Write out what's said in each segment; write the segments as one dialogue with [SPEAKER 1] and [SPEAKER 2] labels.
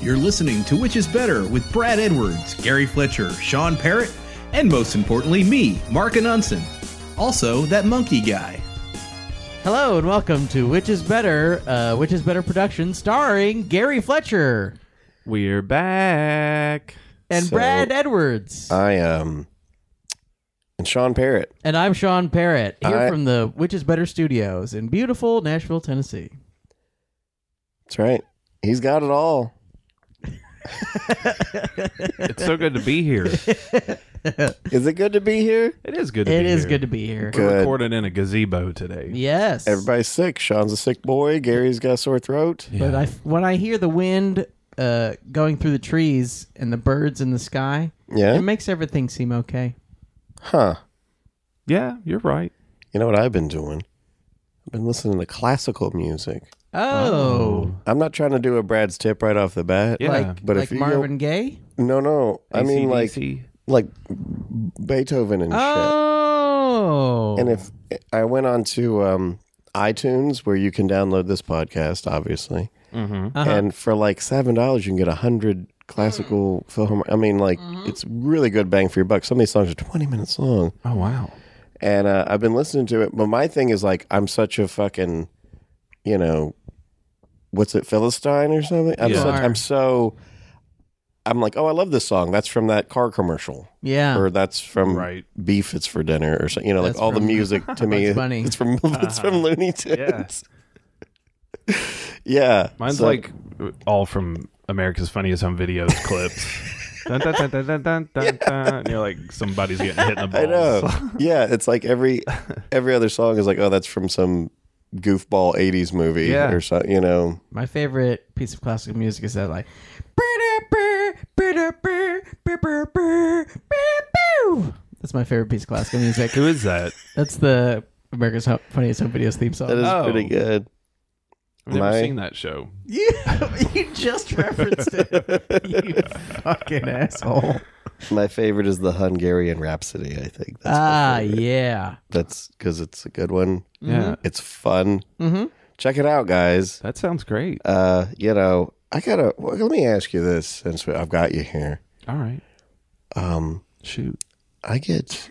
[SPEAKER 1] You're listening to Which is Better with Brad Edwards, Gary Fletcher, Sean Parrott, and most importantly, me, Mark Anunson. Also, that monkey guy.
[SPEAKER 2] Hello and welcome to Which is Better, uh, Which is Better production starring Gary Fletcher
[SPEAKER 3] We're back.
[SPEAKER 2] and
[SPEAKER 4] So-
[SPEAKER 2] Brad Edwards.
[SPEAKER 4] I um and Sean Parrott.
[SPEAKER 2] and I'm Sean Parrott here
[SPEAKER 4] I-
[SPEAKER 2] from the Which is Better Studios in beautiful Nashville, Tennessee.
[SPEAKER 4] That's right. He's got it all.
[SPEAKER 3] It's so good to be here. It
[SPEAKER 4] Is it good to be here?
[SPEAKER 3] is good to
[SPEAKER 2] It
[SPEAKER 3] be
[SPEAKER 2] is
[SPEAKER 3] here.
[SPEAKER 2] good to be here.
[SPEAKER 4] Good.
[SPEAKER 3] We're recording in a gazebo today.
[SPEAKER 2] Yes.
[SPEAKER 4] Everybody's sick. Sean's a sick boy. Gary's got a sore throat.
[SPEAKER 2] But I, when I hear the wind uh, going through the trees and the birds in the sky, it
[SPEAKER 4] Yeah.
[SPEAKER 2] makes everything seem okay.
[SPEAKER 4] Huh.
[SPEAKER 3] Yeah, you're right.
[SPEAKER 4] You know what I've been doing? I've been listening to classical music.
[SPEAKER 2] Oh,
[SPEAKER 4] I'm not trying to do a Brad's tip right off the bat.
[SPEAKER 3] Yeah.
[SPEAKER 2] like
[SPEAKER 4] But
[SPEAKER 2] like
[SPEAKER 4] if you
[SPEAKER 2] Marvin Gaye.
[SPEAKER 4] go- no, no. I mean like
[SPEAKER 3] AC/DC.
[SPEAKER 4] like Beethoven and shit.
[SPEAKER 2] Oh,
[SPEAKER 4] And if I went on to um iTunes where you can download this podcast, obviously.
[SPEAKER 3] Mm-hmm.
[SPEAKER 2] Uh-huh.
[SPEAKER 4] and for like seven dollars you can get a hundred classical
[SPEAKER 3] Mm.
[SPEAKER 4] philharmonic i mean like
[SPEAKER 3] Mm-hmm.
[SPEAKER 4] it's really good bang for your buck some of these songs are 20 minutes long
[SPEAKER 3] Oh wow.
[SPEAKER 4] and uh, i've been listening to it but my thing is like i'm such a fucking you know what's it philistine or something i'm,
[SPEAKER 3] Yeah.
[SPEAKER 4] such,
[SPEAKER 2] Sure.
[SPEAKER 4] I'm so i'm like oh i love this song that's from that car commercial
[SPEAKER 2] yeah,
[SPEAKER 4] or that's from
[SPEAKER 3] Right.
[SPEAKER 4] beef it's for dinner or something you know like
[SPEAKER 2] That's
[SPEAKER 4] all the
[SPEAKER 2] from
[SPEAKER 4] music to me
[SPEAKER 2] Bugs Bunny.
[SPEAKER 4] it's from it's from looney
[SPEAKER 3] Uh-huh. Yeah.
[SPEAKER 4] tunes yeah
[SPEAKER 3] Mine's
[SPEAKER 4] So-
[SPEAKER 3] like all from America's Funniest Home Videos clips. dun, dun, dun, dun, dun, dun, dun, dun. And you're like somebody's getting hit in the balls.
[SPEAKER 4] I know. yeah, it's like every every other song is like, oh, that's from some goofball '80s movie
[SPEAKER 3] Yeah.
[SPEAKER 4] or something. You know,
[SPEAKER 2] my favorite piece of classical music is that like. That's my favorite piece of classical music.
[SPEAKER 3] Who is that?
[SPEAKER 2] That's the America's Ho- Funniest Home Videos theme song.
[SPEAKER 4] that is
[SPEAKER 3] Oh.
[SPEAKER 4] pretty good.
[SPEAKER 3] I've never
[SPEAKER 4] My-
[SPEAKER 3] seen that show.
[SPEAKER 2] You, you just referenced it. You fucking asshole.
[SPEAKER 4] My favorite is the Hungarian Rhapsody. I think
[SPEAKER 3] Uh.
[SPEAKER 4] that's my
[SPEAKER 2] Ah,
[SPEAKER 4] favorite.
[SPEAKER 2] yeah.
[SPEAKER 4] that's because it's a good one.
[SPEAKER 3] Yeah.
[SPEAKER 4] It's fun.
[SPEAKER 2] Mm-hmm.
[SPEAKER 4] Check it out, guys.
[SPEAKER 3] That sounds great.
[SPEAKER 4] Uh, you know, I gotta. Well, let me ask you this, since we- I've got you here.
[SPEAKER 3] All right.
[SPEAKER 4] Um,
[SPEAKER 3] Shoot.
[SPEAKER 4] I get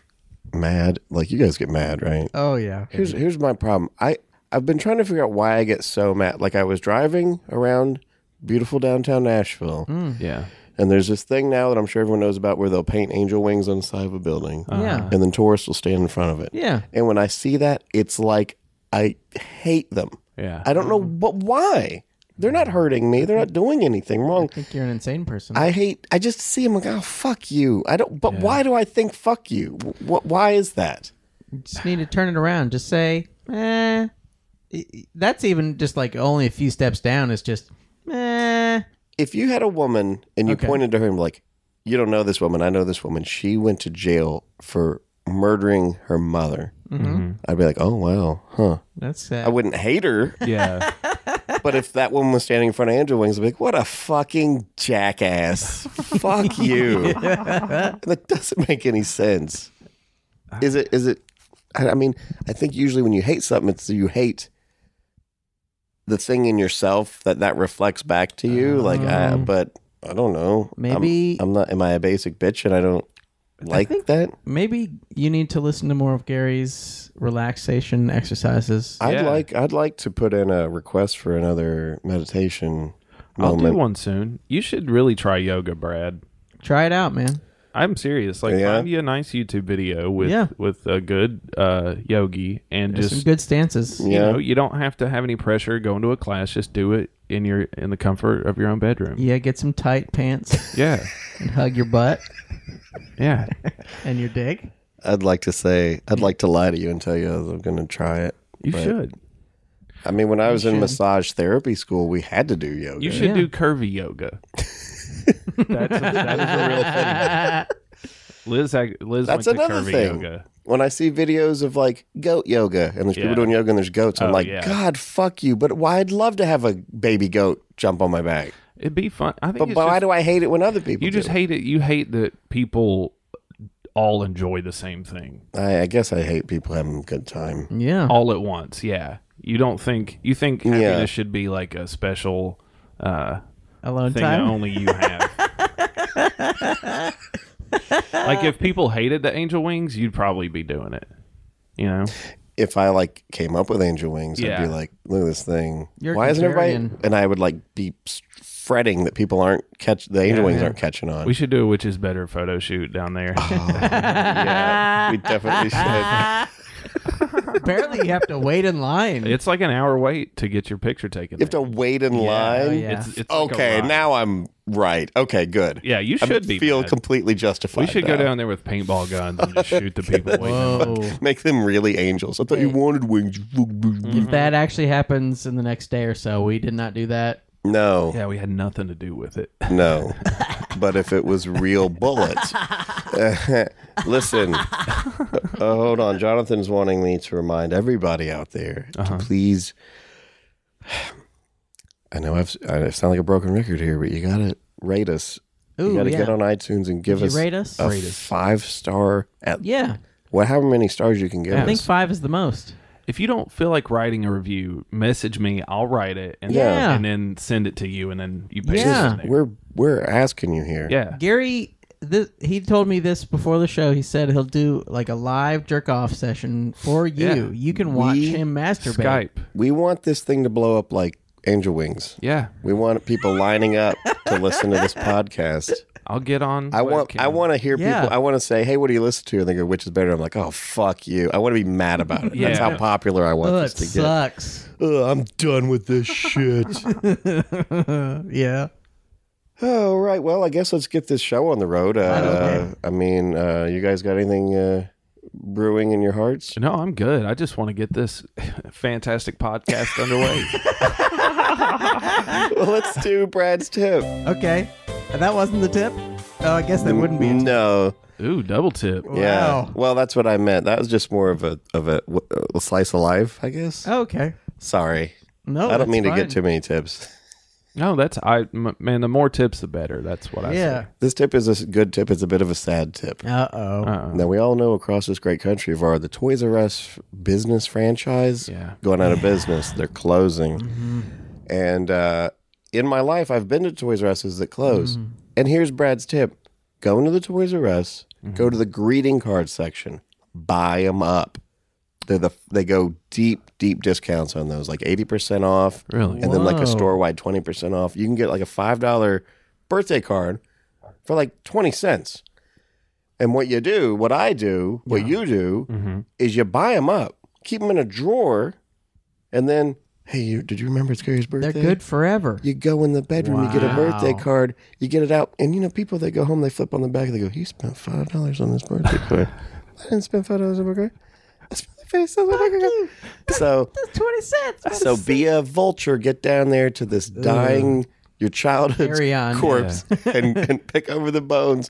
[SPEAKER 4] mad. Like you guys get mad, right?
[SPEAKER 2] Oh, yeah.
[SPEAKER 4] Here's here's my problem. I I've been trying to figure out why I get so mad. Like I was driving around beautiful downtown Nashville,
[SPEAKER 2] Hmm.
[SPEAKER 3] Yeah.
[SPEAKER 4] and there's this thing now that I'm sure everyone knows about where they'll paint angel wings on the side of a building,
[SPEAKER 2] Yeah.
[SPEAKER 4] and then tourists will stand in front of it.
[SPEAKER 2] Uh-huh. Yeah.
[SPEAKER 4] And when I see that, it's like I hate them.
[SPEAKER 3] Yeah.
[SPEAKER 4] I don't know, but why? They're not hurting me. They're not doing anything wrong.
[SPEAKER 2] I think you're an insane person.
[SPEAKER 4] I hate. I just see them like, oh fuck you. I don't. But why do I think fuck you? What? Why is that?
[SPEAKER 2] You just need to turn it around. Just say, eh. That's even just like only a few steps down is just, eh.
[SPEAKER 4] if you had a woman and you
[SPEAKER 2] Okay.
[SPEAKER 4] pointed to her and be like, you don't know this woman, I know this woman. She went to jail for murdering her mother.
[SPEAKER 3] Mm-hmm.
[SPEAKER 2] Hmm.
[SPEAKER 4] I'd be like, oh wow, huh?
[SPEAKER 2] That's uh, sad.
[SPEAKER 4] I wouldn't hate her,
[SPEAKER 3] yeah.
[SPEAKER 4] but if that woman was standing in front of Angel Wings, I'd be like, what a fucking jackass! Fuck you. that doesn't make any sense. Is it? Is it? I I mean, I think usually when you hate something, it's you hate the thing in yourself that that reflects back to you. like, I, but I don't know. I'm-
[SPEAKER 2] Maybe-
[SPEAKER 4] I'm, not. Am I a basic bitch and I don't like that?
[SPEAKER 2] Maybe you need to listen to more of Gary's relaxation exercises.
[SPEAKER 4] I'd
[SPEAKER 3] Yeah.
[SPEAKER 4] like. I'd like to put in a request for another meditation
[SPEAKER 3] I'll
[SPEAKER 4] moment.
[SPEAKER 3] do one soon. You should really try yoga, Brad.
[SPEAKER 2] Try it out, man.
[SPEAKER 3] I'm serious. Like,
[SPEAKER 4] Yeah?
[SPEAKER 3] find you a nice YouTube video with
[SPEAKER 2] Yeah.
[SPEAKER 3] with a good uh, yogi, and
[SPEAKER 2] Some
[SPEAKER 3] just
[SPEAKER 2] good stances.
[SPEAKER 3] you
[SPEAKER 4] Yeah.
[SPEAKER 3] know, you don't have to have any pressure going to a class. Just do it in your in the comfort of your own bedroom.
[SPEAKER 2] Yeah, get some tight pants
[SPEAKER 3] Yeah,
[SPEAKER 2] and hug your butt
[SPEAKER 3] yeah.
[SPEAKER 2] and your dick.
[SPEAKER 4] I'd like to say. I'd like to lie to you and tell you I'm going to try it.
[SPEAKER 3] You
[SPEAKER 4] But-
[SPEAKER 3] should.
[SPEAKER 4] I mean, when I was in massage therapy school, we had to do yoga.
[SPEAKER 3] You should
[SPEAKER 2] Yeah.
[SPEAKER 3] do curvy yoga. That's a, that is a real thing. Liz, ac- Liz
[SPEAKER 4] That's
[SPEAKER 3] went to
[SPEAKER 4] another
[SPEAKER 3] curvy
[SPEAKER 4] thing.
[SPEAKER 3] yoga.
[SPEAKER 4] When I see videos of like goat yoga and there's
[SPEAKER 3] Yeah.
[SPEAKER 4] people doing yoga and there's goats, I'm
[SPEAKER 3] Oh,
[SPEAKER 4] like,
[SPEAKER 3] yeah.
[SPEAKER 4] God, fuck you. But why? I'd love to have a baby goat jump on my back.
[SPEAKER 3] It'd be fun. I think
[SPEAKER 4] But
[SPEAKER 3] it's
[SPEAKER 4] why
[SPEAKER 3] just-
[SPEAKER 4] do I hate it when other people
[SPEAKER 3] you just
[SPEAKER 4] do
[SPEAKER 3] hate it. You hate that people all enjoy the same thing.
[SPEAKER 4] it? I, I guess I hate people having a good time.
[SPEAKER 2] Yeah.
[SPEAKER 3] all at once. Yeah, you don't think you think happiness
[SPEAKER 4] Yeah.
[SPEAKER 3] should be like a special, uh,
[SPEAKER 2] alone
[SPEAKER 3] thing
[SPEAKER 2] time.
[SPEAKER 3] that only you have. like if people hated the angel wings, you'd probably be doing it. You know,
[SPEAKER 4] If I like came up with angel wings, I'd
[SPEAKER 3] Yeah.
[SPEAKER 4] be like, look at this thing.
[SPEAKER 2] You're
[SPEAKER 4] Why isn't everybody?
[SPEAKER 2] contrarian.
[SPEAKER 4] And I would like be s- fretting that people aren't catch the angel wings aren't catching on.
[SPEAKER 3] we should do a which is better photo shoot down there.
[SPEAKER 4] Um, yeah, we definitely should.
[SPEAKER 2] Apparently, you have to wait in line.
[SPEAKER 3] it's like an hour wait to get your picture taken.
[SPEAKER 4] You have
[SPEAKER 3] there.
[SPEAKER 4] to wait in
[SPEAKER 2] oh,
[SPEAKER 4] line.
[SPEAKER 2] yeah.
[SPEAKER 3] It's, it's like a
[SPEAKER 4] Okay,
[SPEAKER 3] lot.
[SPEAKER 4] now I'm right. Okay, good.
[SPEAKER 3] Yeah, you
[SPEAKER 4] I
[SPEAKER 3] should be.
[SPEAKER 4] feel
[SPEAKER 3] mad.
[SPEAKER 4] completely justified.
[SPEAKER 3] we should go
[SPEAKER 4] now.
[SPEAKER 3] down there with paintball guns and just shoot the people. waiting.
[SPEAKER 2] Whoa.
[SPEAKER 4] Make them really angels. I thought you wanted wings.
[SPEAKER 3] Mm.
[SPEAKER 2] If that actually happens in the next day or so, we did not do that.
[SPEAKER 4] No,
[SPEAKER 3] Yeah, we had nothing to do with it.
[SPEAKER 4] no. but if it was real bullets, listen. Oh, hold on, Jonathan's wanting me to remind everybody out there
[SPEAKER 2] Uh-huh.
[SPEAKER 4] to please. I know I've I sound like a broken record here, but you gotta rate us.
[SPEAKER 2] Ooh,
[SPEAKER 4] you gotta
[SPEAKER 2] yeah.
[SPEAKER 4] get on iTunes and give
[SPEAKER 2] you
[SPEAKER 4] us
[SPEAKER 2] rate us?
[SPEAKER 4] a
[SPEAKER 2] Rate
[SPEAKER 4] five star at
[SPEAKER 2] Yeah,
[SPEAKER 4] well, however many stars you can give
[SPEAKER 2] I think
[SPEAKER 4] us.
[SPEAKER 2] five is the most.
[SPEAKER 3] If you don't feel like writing a review, message me. I'll write it and,
[SPEAKER 2] Yeah.
[SPEAKER 3] and then send it to you, and then you paste
[SPEAKER 2] Yeah.
[SPEAKER 3] it. in there.
[SPEAKER 4] We're we're asking you here.
[SPEAKER 3] Yeah.
[SPEAKER 2] Gary, th- he told me this before the show. He said he'll do like a live jerk off session for you.
[SPEAKER 3] Yeah.
[SPEAKER 2] You can watch
[SPEAKER 4] We-
[SPEAKER 2] him masturbate.
[SPEAKER 3] Skype.
[SPEAKER 4] We want this thing to blow up like angel wings.
[SPEAKER 3] Yeah.
[SPEAKER 4] We want people lining up to listen to this podcast.
[SPEAKER 3] I'll get on.
[SPEAKER 4] I want I
[SPEAKER 3] webcam.
[SPEAKER 4] want to hear
[SPEAKER 2] Yeah.
[SPEAKER 4] people I want to say, "Hey, what do you listen to?" and they go, "Which is better?" I'm like, "Oh, fuck you." I want to be mad about it.
[SPEAKER 3] Yeah.
[SPEAKER 4] That's how popular I want
[SPEAKER 2] Ugh, it
[SPEAKER 4] this to get.
[SPEAKER 2] sucks.
[SPEAKER 4] Ugh, I'm done with this shit.
[SPEAKER 2] Yeah.
[SPEAKER 4] oh, all right. Well, I guess let's get this show on the road. Uh, I mean, uh, you guys got anything uh, brewing in your hearts?
[SPEAKER 3] No, I'm good. I just want to get this fantastic podcast underway.
[SPEAKER 4] well, let's do Brad's tip.
[SPEAKER 2] Okay. And that wasn't the tip. Oh, I guess that wouldn't be. A tip.
[SPEAKER 4] No.
[SPEAKER 3] Ooh, double tip.
[SPEAKER 4] Yeah.
[SPEAKER 2] Wow.
[SPEAKER 4] Well, that's what I meant. That was just more of a of a, a slice of life, I guess.
[SPEAKER 2] Oh, okay.
[SPEAKER 4] Sorry,
[SPEAKER 2] No,
[SPEAKER 4] I don't mean to get too
[SPEAKER 2] to.
[SPEAKER 4] many tips.
[SPEAKER 3] No, that's I m- man. The more tips, the better. That's what I
[SPEAKER 2] Yeah.
[SPEAKER 3] say.
[SPEAKER 4] This tip is a s- good tip. It's a bit of a sad tip.
[SPEAKER 2] Uh oh.
[SPEAKER 3] Uh,
[SPEAKER 4] Now we all know across this great country of our the Toys R Us business franchise
[SPEAKER 3] Yeah. Mm-hmm.
[SPEAKER 4] going out of business. They're closing, and uh, in my life, I've been to Toys R Us's that close.
[SPEAKER 3] Mm-hmm.
[SPEAKER 4] And here's Brad's tip: go into the Toys R Us,
[SPEAKER 3] Mm-hmm.
[SPEAKER 4] go to the greeting card section, buy them up. They're the they go deep deep discounts on those, like eighty percent off,
[SPEAKER 3] Really?
[SPEAKER 4] and then like
[SPEAKER 2] Whoa.
[SPEAKER 4] a store wide twenty percent off. You can get like a five dollar birthday card for like twenty cents. And what you do, what I do, what you do,
[SPEAKER 2] Mm-hmm.
[SPEAKER 4] is you buy them up, keep them in a drawer, and then hey, you, did you remember it's Gary's birthday?
[SPEAKER 2] They're good forever.
[SPEAKER 4] You go in the bedroom, you get a birthday
[SPEAKER 2] Wow.
[SPEAKER 4] card, you get it out, and you know people that go home, they flip on the back, they go, "He spent five dollars on this birthday card. I didn't spend five dollars on my card. I spent five dollars on my card." So,
[SPEAKER 2] That's twenty cents.
[SPEAKER 4] so be a vulture, get down there to this dying your childhood's
[SPEAKER 2] Carry on.
[SPEAKER 4] corpse and, and pick over the bones.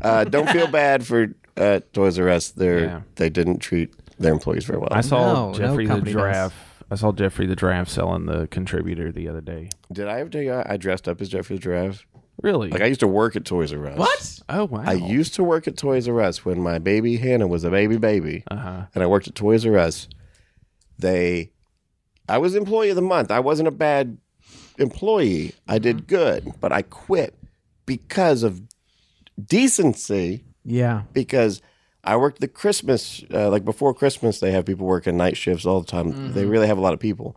[SPEAKER 4] Uh, don't feel bad for uh, Toys R Us. They
[SPEAKER 3] Yeah.
[SPEAKER 4] are they didn't treat their employees very well.
[SPEAKER 3] I saw
[SPEAKER 2] No, no
[SPEAKER 3] Jeffrey the
[SPEAKER 2] company does.
[SPEAKER 3] giraffe. I saw Jeffrey the giraffe selling the contributor the other day.
[SPEAKER 4] Did I ever tell you I I dressed up as Jeffrey the Giraffe?
[SPEAKER 3] Really?
[SPEAKER 4] Like I used to work at Toys R Us.
[SPEAKER 2] What?
[SPEAKER 3] oh wow.
[SPEAKER 4] I used to work at Toys R Us when my baby Hannah was a baby baby, and I worked at Toys R Us. They, I was employee of the month. I wasn't a bad employee. I did good, but I quit because of decency.
[SPEAKER 2] Yeah.
[SPEAKER 4] Because I worked the Christmas, uh, like before Christmas, they have people working night shifts all the time. They really have a lot of people.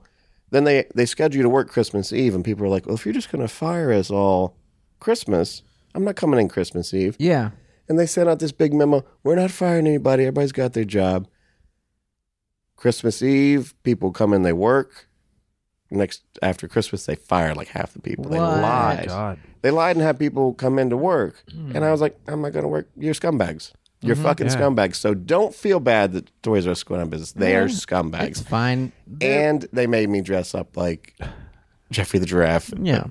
[SPEAKER 4] Then they they schedule you to work Christmas Eve, and people are like, "Well, if you're just going to fire us all Christmas, I'm not coming in Christmas Eve."
[SPEAKER 2] Yeah.
[SPEAKER 4] And they sent out this big memo We're not firing anybody. Everybody's got their job. Christmas Eve, people come in, they work. Next, after Christmas, they fire like half the people. They
[SPEAKER 2] What?
[SPEAKER 3] My
[SPEAKER 4] lied.
[SPEAKER 3] God.
[SPEAKER 4] They lied and had people come in to work.
[SPEAKER 2] Hmm.
[SPEAKER 4] And I was like, I'm not going to work. You're scumbags. You're
[SPEAKER 2] Mm-hmm.
[SPEAKER 4] fucking
[SPEAKER 3] yeah.
[SPEAKER 4] scumbags. So don't feel bad that Toys R Us is going out of business. They are
[SPEAKER 2] It's
[SPEAKER 4] scumbags.
[SPEAKER 2] fine.
[SPEAKER 4] And they made me dress up like Jeffrey the Giraffe,
[SPEAKER 2] Yeah.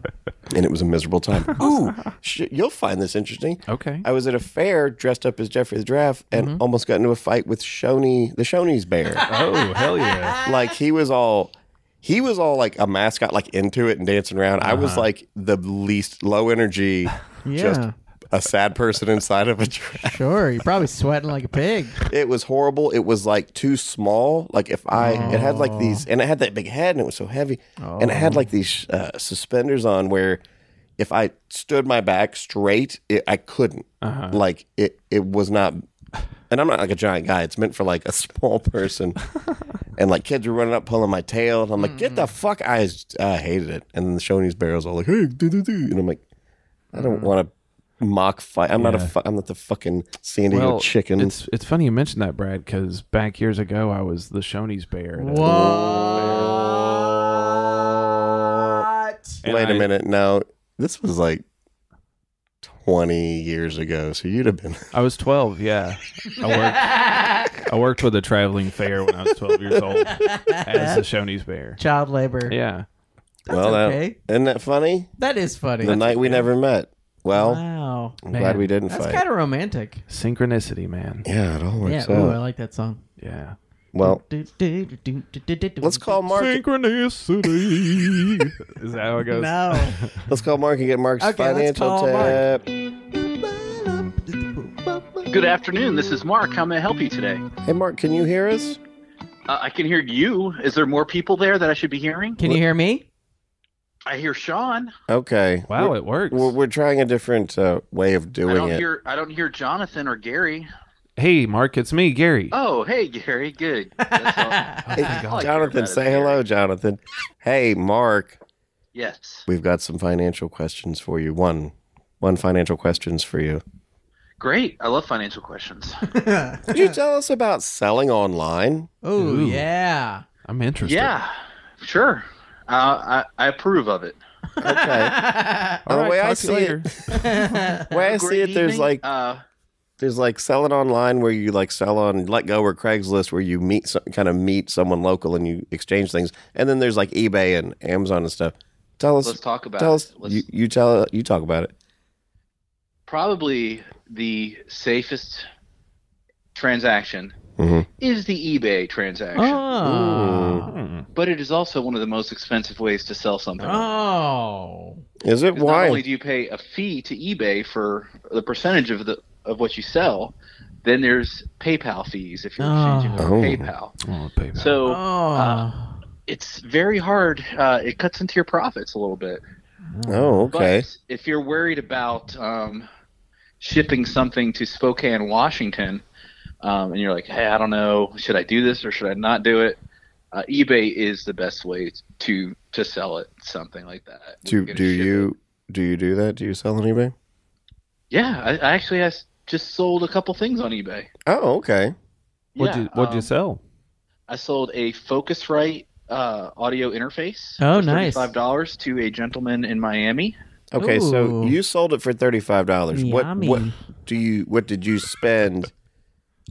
[SPEAKER 4] and it was a miserable time. Ooh, shit, you'll find this interesting.
[SPEAKER 3] Okay.
[SPEAKER 4] Mm-hmm. I was at a fair dressed up as Jeffrey the Giraffe and almost got into a fight with Shoney, the Shoney's bear.
[SPEAKER 3] oh hell yeah.
[SPEAKER 4] like he was all, he was all like a mascot, like into it and dancing around. I was like the least low energy, just
[SPEAKER 2] Yeah.
[SPEAKER 4] a sad person inside of a giraffe.
[SPEAKER 2] Sure. You're probably sweating like a pig.
[SPEAKER 4] It was horrible. It was like too small. Like if I, it had like
[SPEAKER 3] Oh.
[SPEAKER 4] these, and it had that big head and it was so heavy, and it had like these uh, suspenders on where. if I stood my back straight, it, I couldn't.
[SPEAKER 3] Uh-huh.
[SPEAKER 4] Like it, it was not. And I'm not like a giant guy. It's meant for like a small person. and like kids were running up, pulling my tail, and I'm like, "Get the fuck!" I, just- I hated it. And then the Shoney's barrels all like, "Hey, do do do," and I'm like, I don't want to mock fight. I'm not a.
[SPEAKER 3] Uh-huh. Yeah.
[SPEAKER 4] Fu- I'm not the fucking San Diego
[SPEAKER 3] Well,
[SPEAKER 4] chicken.
[SPEAKER 3] It's it's funny you mentioned that, Brad, because back years ago I was the Shoney's bear. at a-
[SPEAKER 2] What?
[SPEAKER 3] and
[SPEAKER 4] Wait a
[SPEAKER 3] I-
[SPEAKER 4] minute. Now this was like 20 years ago, so you'd have been.
[SPEAKER 3] I was 12, yeah. I worked, I worked with a traveling fair when I was 12 years old as the Shoney's Bear.
[SPEAKER 2] Child labor.
[SPEAKER 3] Yeah.
[SPEAKER 4] well, that-
[SPEAKER 2] okay.
[SPEAKER 4] isn't that funny?
[SPEAKER 2] That is funny.
[SPEAKER 4] the night we never met. Well,
[SPEAKER 2] wow.
[SPEAKER 4] I'm glad
[SPEAKER 3] Man,
[SPEAKER 4] we didn't
[SPEAKER 2] That's
[SPEAKER 4] fight.
[SPEAKER 2] kind of romantic.
[SPEAKER 3] Synchronicity, man.
[SPEAKER 4] yeah, it all
[SPEAKER 2] Yeah.
[SPEAKER 4] works
[SPEAKER 2] Ooh, I
[SPEAKER 4] out.
[SPEAKER 2] like that song.
[SPEAKER 3] Yeah.
[SPEAKER 4] Well,
[SPEAKER 2] Let's
[SPEAKER 4] let's call Mark.
[SPEAKER 3] Synchronicity. Is that how it goes?
[SPEAKER 2] No.
[SPEAKER 4] Let's call Mark and get Mark's
[SPEAKER 2] Okay, let's
[SPEAKER 4] financial
[SPEAKER 2] call Mark.
[SPEAKER 4] tip.
[SPEAKER 5] Good afternoon. This is Mark. How may I help you today?
[SPEAKER 4] Hey, Mark, can you hear us?
[SPEAKER 5] Uh, I can hear you. Is there more people there that I should be hearing?
[SPEAKER 2] Can you hear me?
[SPEAKER 5] I hear Sean.
[SPEAKER 4] Okay.
[SPEAKER 3] Wow,
[SPEAKER 4] We're,
[SPEAKER 3] it works.
[SPEAKER 4] we're, we're trying a different uh, way of
[SPEAKER 5] I
[SPEAKER 4] doing
[SPEAKER 5] don't
[SPEAKER 4] it.
[SPEAKER 5] hear. I don't hear Jonathan or Gary.
[SPEAKER 3] hey, Mark, it's me, Gary.
[SPEAKER 5] Oh, hey, Gary. Good. That's all.
[SPEAKER 4] Hey,
[SPEAKER 5] I like
[SPEAKER 4] Jonathan,
[SPEAKER 5] hearing
[SPEAKER 4] say
[SPEAKER 5] that.
[SPEAKER 4] hello, Jonathan. Hey, Mark,
[SPEAKER 5] Yes.
[SPEAKER 4] we've got some financial questions for you. One, one financial questions for you.
[SPEAKER 5] Great. I love financial questions.
[SPEAKER 4] Could you tell us about selling online?
[SPEAKER 2] Oh
[SPEAKER 3] Ooh.
[SPEAKER 2] yeah.
[SPEAKER 3] I'm interested.
[SPEAKER 5] yeah. Sure. Uh, I I approve of it.
[SPEAKER 4] Okay.
[SPEAKER 3] All
[SPEAKER 4] Uh,
[SPEAKER 3] right,
[SPEAKER 4] the way
[SPEAKER 3] talk
[SPEAKER 4] I
[SPEAKER 3] to you
[SPEAKER 4] see
[SPEAKER 3] later.
[SPEAKER 4] The way I see
[SPEAKER 5] Great
[SPEAKER 4] it, there's
[SPEAKER 5] evening.
[SPEAKER 4] like
[SPEAKER 5] Uh,
[SPEAKER 4] there's like selling online where you like sell on Let Go or Craigslist where you meet some kind of meet someone local and you exchange things, and then there's like eBay and Amazon and stuff. Tell us,
[SPEAKER 5] let's talk about.
[SPEAKER 4] tell
[SPEAKER 5] it.
[SPEAKER 4] us,
[SPEAKER 5] Let's-
[SPEAKER 4] you, you tell you talk about it.
[SPEAKER 5] probably the safest transaction
[SPEAKER 4] Mhm.
[SPEAKER 5] is the eBay transaction.
[SPEAKER 2] Oh.
[SPEAKER 3] Hmm.
[SPEAKER 5] But it is also one of the most expensive ways to sell something.
[SPEAKER 2] Oh.
[SPEAKER 4] Is it
[SPEAKER 5] 'Cause Not
[SPEAKER 4] wine?
[SPEAKER 5] only do you pay a fee to eBay for the percentage of the of what you sell, then there's PayPal fees if you're exchanging
[SPEAKER 2] Oh.
[SPEAKER 5] over
[SPEAKER 4] Oh.
[SPEAKER 5] PayPal.
[SPEAKER 3] Oh, baby.
[SPEAKER 5] So
[SPEAKER 2] Oh.
[SPEAKER 5] it's very hard. Uh, it cuts into your profits a little bit.
[SPEAKER 4] oh, okay.
[SPEAKER 5] But if you're worried about um, shipping something to Spokane, Washington, um, and you're like, hey, I don't know, should I do this or should I not do it? Uh, eBay is the best way to to sell it, something like that.
[SPEAKER 4] Do
[SPEAKER 5] We're gonna
[SPEAKER 4] do
[SPEAKER 5] ship it.
[SPEAKER 4] you do you do that? Do you sell on eBay?
[SPEAKER 5] Yeah, I, I actually has just sold a couple things on eBay.
[SPEAKER 4] Oh, okay.
[SPEAKER 3] what'd,
[SPEAKER 5] yeah,
[SPEAKER 3] you, what'd you
[SPEAKER 5] um,
[SPEAKER 3] sell?
[SPEAKER 5] I sold a Focusrite uh, audio interface.
[SPEAKER 2] Oh,
[SPEAKER 5] for
[SPEAKER 2] nice.
[SPEAKER 5] Five dollars to a gentleman in Miami.
[SPEAKER 4] Okay, so
[SPEAKER 2] Ooh.
[SPEAKER 4] you sold it for thirty five dollars. What
[SPEAKER 2] Yummy.
[SPEAKER 4] what do you what did you spend?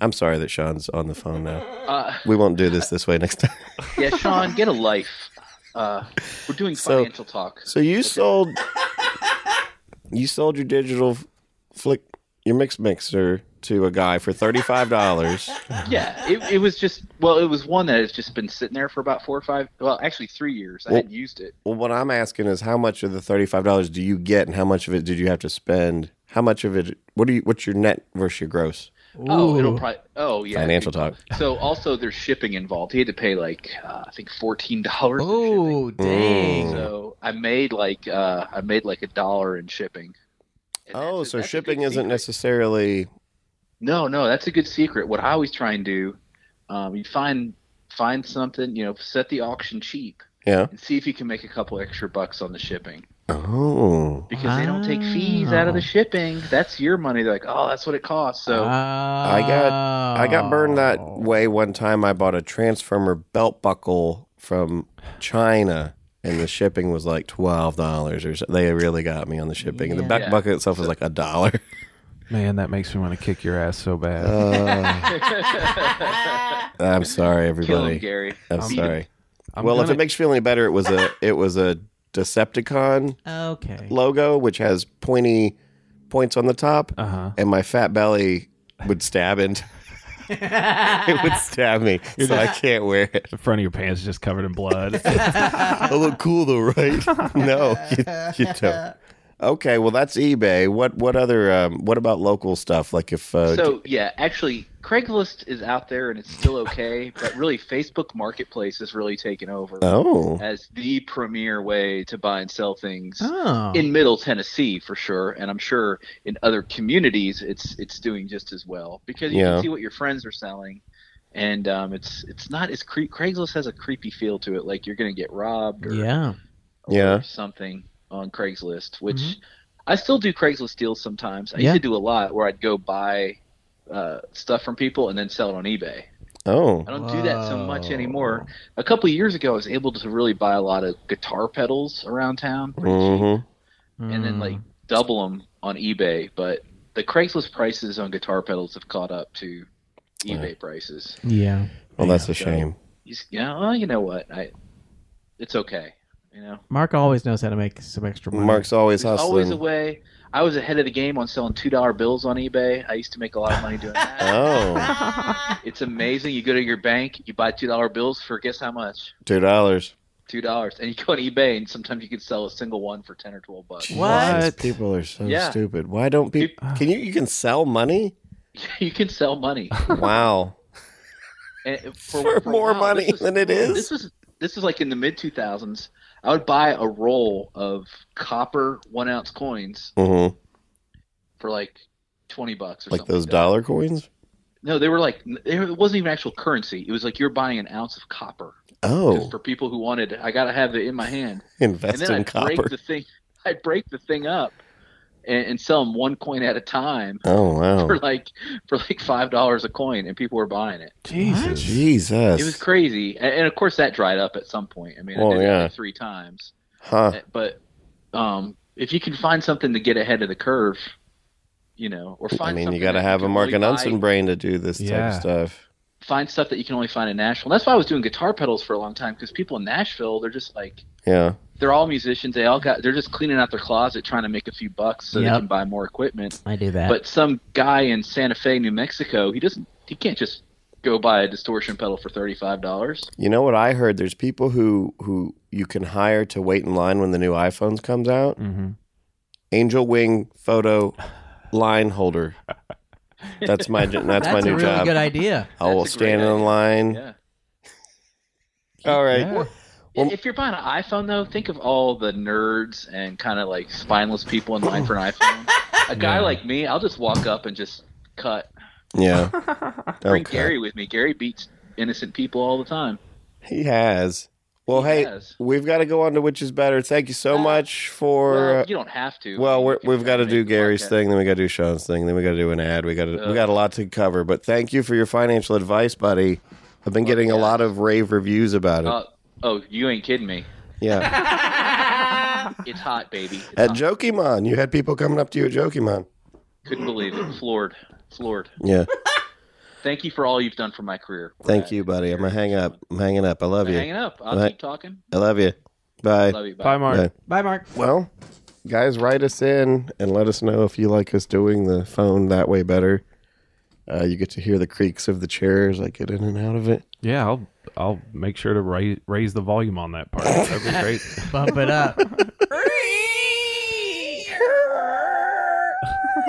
[SPEAKER 4] I'm sorry that Sean's on the phone now.
[SPEAKER 5] Uh,
[SPEAKER 4] We won't do this this way next time.
[SPEAKER 5] yeah, Sean, get a life. Uh, we're doing
[SPEAKER 4] So-
[SPEAKER 5] financial talk.
[SPEAKER 4] So you sold you sold your digital f- flick your mix mixer to a guy for thirty five dollars.
[SPEAKER 5] Yeah, it, it was just well, it was one that has just been sitting there for about four or five. Well, actually, three years. I
[SPEAKER 4] Well-
[SPEAKER 5] hadn't used it.
[SPEAKER 4] well, what I'm asking is how much of the thirty five dollars do you get, and how much of it did you have to spend? How much of it? What do you? What's your net versus your gross?
[SPEAKER 5] Oh,
[SPEAKER 2] Ooh.
[SPEAKER 5] it'll probably. Oh, yeah.
[SPEAKER 4] Financial talk.
[SPEAKER 5] So also, there's shipping involved. He had to pay like uh, I think fourteen dollars.
[SPEAKER 2] Oh,
[SPEAKER 4] Mm.
[SPEAKER 2] dang.
[SPEAKER 5] So I made like uh, I made like a dollar in shipping. And
[SPEAKER 4] Oh,
[SPEAKER 5] that's a-
[SPEAKER 4] so
[SPEAKER 5] that's a
[SPEAKER 4] shipping
[SPEAKER 5] good
[SPEAKER 4] isn't
[SPEAKER 5] secret.
[SPEAKER 4] necessarily
[SPEAKER 5] No, no, that's a good secret. What I always try and do, um, you find find something, you know, set the auction cheap
[SPEAKER 4] yeah.
[SPEAKER 5] and see if you can make a couple extra bucks on the shipping
[SPEAKER 4] Oh.
[SPEAKER 5] because they don't take fees out
[SPEAKER 4] Ah.
[SPEAKER 5] of the
[SPEAKER 2] Wow.
[SPEAKER 5] shipping. That's your money. They're like, oh, that's what it costs. So
[SPEAKER 4] I got I got burned that way one time. I bought a transformer belt buckle from China, and the shipping was like twelve dollars or so. They really got me on the shipping. And the
[SPEAKER 2] Yeah.
[SPEAKER 4] back
[SPEAKER 5] Yeah.
[SPEAKER 4] bucket itself was like a dollar.
[SPEAKER 3] Man, that makes me want to kick your ass so bad.
[SPEAKER 4] Uh, I'm sorry,
[SPEAKER 5] kill him,
[SPEAKER 4] everybody.
[SPEAKER 5] Gary.
[SPEAKER 4] I'm
[SPEAKER 5] Beat him.
[SPEAKER 4] sorry.
[SPEAKER 3] I'm
[SPEAKER 4] well, if
[SPEAKER 3] gonna-
[SPEAKER 4] it makes you feel any better, it was a it was a Decepticon
[SPEAKER 2] Okay.
[SPEAKER 4] logo, which has pointy points on the top,
[SPEAKER 3] Uh-huh.
[SPEAKER 4] and my fat belly would stab into. it would stab me, so I can't wear it.
[SPEAKER 3] the front of your pants is just covered in blood.
[SPEAKER 4] I look cool though, right? no, you, you don't. Okay, well that's eBay. What what other um, what about local stuff? Like if uh,
[SPEAKER 5] So yeah, actually, Craigslist is out there and it's still okay, but really, Facebook Marketplace has really taken over
[SPEAKER 4] oh
[SPEAKER 5] as the premier way to buy and sell things
[SPEAKER 2] Oh.
[SPEAKER 5] in Middle Tennessee for sure, and I'm sure in other communities it's it's doing just as well because you
[SPEAKER 4] Yeah.
[SPEAKER 5] can see what your friends are selling, and um, it's it's not as cre- Craigslist has a creepy feel to it, like you're gonna get robbed or,
[SPEAKER 2] yeah.
[SPEAKER 5] or
[SPEAKER 4] Yeah.
[SPEAKER 5] something on Craigslist, which I still do Craigslist deals sometimes. I
[SPEAKER 2] Mm-hmm. Yeah.
[SPEAKER 5] used to do a lot where I'd go buy uh, stuff from people and then sell it on eBay.
[SPEAKER 4] oh
[SPEAKER 5] I don't do that so much
[SPEAKER 2] Whoa.
[SPEAKER 5] anymore. A couple of years ago, I was able to really buy a lot of guitar pedals around town, pretty cheap
[SPEAKER 4] mhm.
[SPEAKER 5] and
[SPEAKER 2] Mm.
[SPEAKER 5] then like double them on eBay. But the Craigslist prices on guitar pedals have caught up to eBay prices.
[SPEAKER 2] yeah.
[SPEAKER 4] well that's a
[SPEAKER 5] so-
[SPEAKER 4] shame.
[SPEAKER 5] You, s- yeah, well, you know what? I, it's okay. You know,
[SPEAKER 2] Mark always knows how to make some extra money.
[SPEAKER 4] Mark's always
[SPEAKER 5] there's always a
[SPEAKER 4] hustling.
[SPEAKER 5] way. I was ahead of the game on selling two dollar bills on eBay. I used to make a lot of money doing that.
[SPEAKER 4] Oh,
[SPEAKER 5] it's amazing. You go to your bank, you buy two dollar bills for guess how much?
[SPEAKER 4] two dollars.
[SPEAKER 5] Two dollars, and you go on eBay, and sometimes you can sell a single one for ten or twelve bucks.
[SPEAKER 4] What? People are so
[SPEAKER 5] Yeah.
[SPEAKER 4] stupid. Why don't people? Can you? You can sell money.
[SPEAKER 5] you can sell money.
[SPEAKER 4] Wow.
[SPEAKER 5] And for,
[SPEAKER 4] For
[SPEAKER 5] a
[SPEAKER 4] more
[SPEAKER 5] while,
[SPEAKER 4] money
[SPEAKER 5] this was-
[SPEAKER 4] than it is?
[SPEAKER 5] This was this was like in the mid two thousands. I would buy a roll of copper one ounce coins
[SPEAKER 4] hmm
[SPEAKER 5] for like twenty bucks or
[SPEAKER 4] Like
[SPEAKER 5] something.
[SPEAKER 4] those
[SPEAKER 5] like that.
[SPEAKER 4] dollar coins.
[SPEAKER 5] No, they were like it wasn't even actual currency. It was like you're buying an ounce of copper
[SPEAKER 4] Oh,
[SPEAKER 5] just for people who wanted. it. I gotta have it in my hand, and
[SPEAKER 4] invest
[SPEAKER 5] then I
[SPEAKER 4] in
[SPEAKER 5] would
[SPEAKER 4] copper.
[SPEAKER 5] break the thing. I would break the thing up and, and sell them one coin at a time
[SPEAKER 4] Oh wow.
[SPEAKER 5] for like for like five dollars a coin, and people were buying it.
[SPEAKER 3] Jesus.
[SPEAKER 4] Jesus.
[SPEAKER 5] It was crazy, and, and of course that dried up at some point. I mean,
[SPEAKER 4] Oh,
[SPEAKER 5] I did that
[SPEAKER 4] yeah.
[SPEAKER 5] like three times. Eh,
[SPEAKER 4] Huh.
[SPEAKER 5] but um, if you can find something to get ahead of the curve, you know, or find
[SPEAKER 4] I mean, you
[SPEAKER 5] something
[SPEAKER 4] got to
[SPEAKER 5] that
[SPEAKER 4] have a
[SPEAKER 5] can
[SPEAKER 4] Mark
[SPEAKER 5] only
[SPEAKER 4] and Unson
[SPEAKER 5] buy-
[SPEAKER 4] brain to do this type
[SPEAKER 3] Yeah.
[SPEAKER 4] of stuff.
[SPEAKER 5] find stuff that you can only find in Nashville. And that's why I was doing guitar pedals for a long time because people in Nashville, they're just like
[SPEAKER 4] Yeah.
[SPEAKER 5] they're all musicians. They all got they're just cleaning out their closet trying to make a few bucks so
[SPEAKER 2] Yep.
[SPEAKER 5] they can buy more equipment.
[SPEAKER 2] I do that.
[SPEAKER 5] But some guy in Santa Fe, New Mexico, he doesn't he can't just go buy a distortion pedal for thirty five dollars.
[SPEAKER 4] You know what I heard? There's people who who you can hire to wait in line when the new iPhones comes out.
[SPEAKER 3] Mm-hmm.
[SPEAKER 4] Angel wing photo line holder. That's my j- that's, my
[SPEAKER 2] that's a
[SPEAKER 4] new
[SPEAKER 2] really
[SPEAKER 4] job.
[SPEAKER 2] good idea.
[SPEAKER 4] I will
[SPEAKER 5] That's a great
[SPEAKER 4] stand in
[SPEAKER 5] idea.
[SPEAKER 4] line.
[SPEAKER 5] Yeah.
[SPEAKER 4] All right.
[SPEAKER 3] Yeah.
[SPEAKER 4] Well-
[SPEAKER 5] if you're buying an iPhone, though, think of all the nerds and kind of like spineless people in line for an iPhone. A guy
[SPEAKER 3] Yeah.
[SPEAKER 5] like me, I'll just walk up and just cut.
[SPEAKER 4] Yeah.
[SPEAKER 5] Bring
[SPEAKER 4] Okay.
[SPEAKER 5] Gary with me. Gary beats innocent people all the time.
[SPEAKER 4] He has. Well,
[SPEAKER 5] He
[SPEAKER 4] hey,
[SPEAKER 5] has. Ah.
[SPEAKER 4] we've got to go on to which is better. Thank you so much for.
[SPEAKER 5] Well,
[SPEAKER 4] uh,
[SPEAKER 5] you don't have to.
[SPEAKER 4] Well, we're,
[SPEAKER 5] You can
[SPEAKER 4] we've got to
[SPEAKER 5] make
[SPEAKER 4] do
[SPEAKER 5] the
[SPEAKER 4] Gary's
[SPEAKER 5] podcast.
[SPEAKER 4] thing, then we got to do Sean's thing, then we got to do an ad. We got to we
[SPEAKER 5] Ugh.
[SPEAKER 4] got a lot to cover. But thank you for your financial advice, buddy. I've been getting a lot of rave reviews about it.
[SPEAKER 5] Uh, oh, you ain't kidding me.
[SPEAKER 4] yeah,
[SPEAKER 5] It's hot, baby. It's
[SPEAKER 4] at
[SPEAKER 5] hot.
[SPEAKER 4] Jokimon, you had people coming up to you at Jokimon.
[SPEAKER 5] Couldn't believe it. Floored. Floored.
[SPEAKER 4] Yeah,
[SPEAKER 5] Thank you for all you've done for my career.
[SPEAKER 4] thank you, buddy. I'm gonna hang up. I'm hanging up. I love
[SPEAKER 5] I'm
[SPEAKER 4] you.
[SPEAKER 5] hanging up. I'll
[SPEAKER 4] Bye.
[SPEAKER 5] keep talking.
[SPEAKER 4] I love you. Bye.
[SPEAKER 5] Love you. Bye.
[SPEAKER 3] Bye, Mark.
[SPEAKER 4] Bye.
[SPEAKER 2] Bye, Mark.
[SPEAKER 4] Well, guys, write us in and let us know if you like us doing the phone that way better. Uh, you get to hear the creaks of the chairs. I get in and out of it.
[SPEAKER 3] Yeah, I'll I'll make sure to raise raise the volume on that part. That'd be great.
[SPEAKER 2] Bump it up.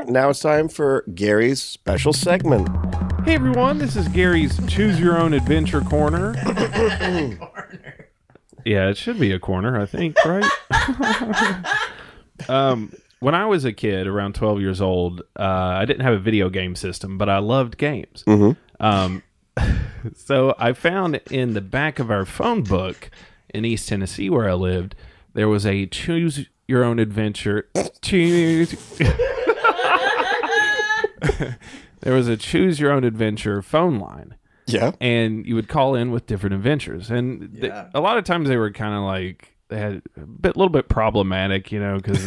[SPEAKER 4] Now it's time for Gary's special segment.
[SPEAKER 3] hey everyone, this is Gary's Choose Your Own Adventure Corner. yeah, it should be a corner, I think, right? um, when I was a kid, around twelve years old, uh, I didn't have a video game system, but I loved games. Um, so I found in the back of our phone book in East Tennessee, where I lived, there was a choose your own adventure. Choose. there was a choose your own adventure phone line,
[SPEAKER 4] Yeah.
[SPEAKER 3] and you would call in with different adventures. And th- a lot of times they were kind of like they had a bit, little bit problematic, you know, because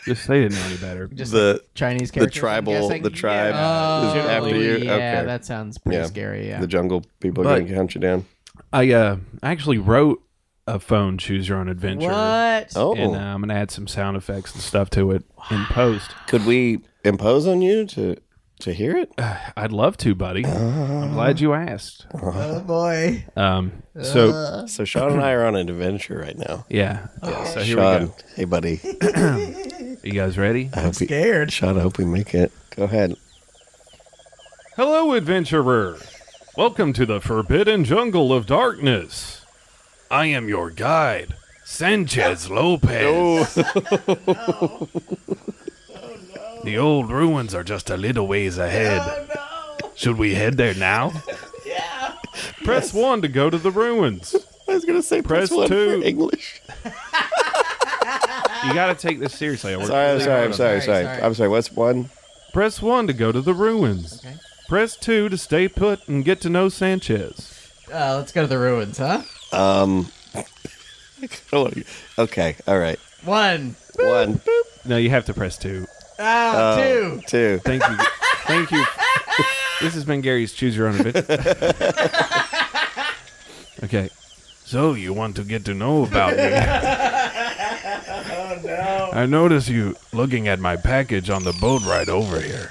[SPEAKER 3] just they didn't know any better.
[SPEAKER 2] Oh, Just
[SPEAKER 4] The
[SPEAKER 2] Chinese
[SPEAKER 4] the
[SPEAKER 2] characters. I'm
[SPEAKER 4] tribal
[SPEAKER 2] guessing.
[SPEAKER 4] the tribe
[SPEAKER 2] Oh,
[SPEAKER 4] is after you.
[SPEAKER 2] yeah,
[SPEAKER 4] okay.
[SPEAKER 2] that sounds pretty
[SPEAKER 4] Yeah.
[SPEAKER 2] scary. Yeah.
[SPEAKER 4] the jungle people are
[SPEAKER 3] But-
[SPEAKER 4] going to hunt you down.
[SPEAKER 3] I uh, I actually wrote a phone choose your own adventure.
[SPEAKER 2] what?
[SPEAKER 4] Oh,
[SPEAKER 3] and uh, I'm gonna add some sound effects and stuff to it in post.
[SPEAKER 4] could we impose on you to? To hear it?
[SPEAKER 3] I'd love to, buddy. I'm glad you asked.
[SPEAKER 2] Oh boy.
[SPEAKER 3] Um, so
[SPEAKER 4] So Sean and I are on an adventure right now.
[SPEAKER 3] yeah, yeah. So here
[SPEAKER 4] Sean,
[SPEAKER 3] we go.
[SPEAKER 4] hey buddy.
[SPEAKER 3] You guys ready?
[SPEAKER 4] I hope you,
[SPEAKER 2] Scared.
[SPEAKER 4] Sean, I hope we make it. Go ahead.
[SPEAKER 3] Hello, adventurer. Welcome to the forbidden jungle of darkness. I am your guide, Sanchez Lopez. The old ruins are just a little ways ahead.
[SPEAKER 2] Oh,
[SPEAKER 3] Should we head there now? yeah. Press one to go to the ruins.
[SPEAKER 4] I was gonna say
[SPEAKER 3] Press
[SPEAKER 4] one
[SPEAKER 3] two.
[SPEAKER 4] for English.
[SPEAKER 3] You gotta take this seriously. or we're
[SPEAKER 4] Sorry, I'm
[SPEAKER 3] really
[SPEAKER 4] sorry,
[SPEAKER 3] out
[SPEAKER 4] I'm
[SPEAKER 3] of it.
[SPEAKER 4] sorry,
[SPEAKER 2] Sorry,
[SPEAKER 4] sorry.
[SPEAKER 2] sorry.
[SPEAKER 4] I'm sorry. What's one?
[SPEAKER 3] Press one to go to the ruins.
[SPEAKER 2] Okay.
[SPEAKER 3] Press two to stay put and get to know Sanchez.
[SPEAKER 2] Uh, let's go to the ruins, huh?
[SPEAKER 4] Um Okay, all right.
[SPEAKER 2] One,
[SPEAKER 4] One,
[SPEAKER 3] No, you have to press two.
[SPEAKER 4] Uh,
[SPEAKER 2] ah, two.
[SPEAKER 4] two.
[SPEAKER 3] Thank you. Thank you. This has been Gary's Choose Your Own Adventure. okay. So you want to get to know about me? oh no! I notice you looking at my package on the boat ride over here.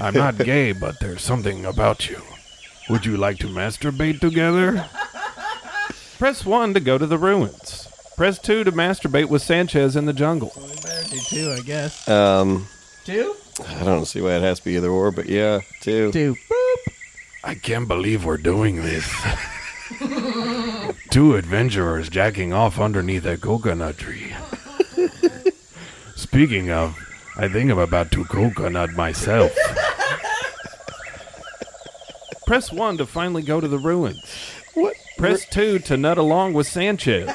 [SPEAKER 3] I'm not gay, but there's something about you. Would you like to masturbate together? Press one to go to the ruins. Press two to masturbate with Sanchez in the jungle.
[SPEAKER 2] We better do two, I guess.
[SPEAKER 4] Um
[SPEAKER 2] Two?
[SPEAKER 4] I don't see why it has to be either or, but yeah, two.
[SPEAKER 2] Two. Boop.
[SPEAKER 3] I can't believe we're doing this. Two adventurers jacking off underneath a coconut tree. Speaking of, I think I'm about to coconut myself. Press 1 to finally go to the ruins.
[SPEAKER 4] What
[SPEAKER 3] Press 2 to nut along with Sanchez.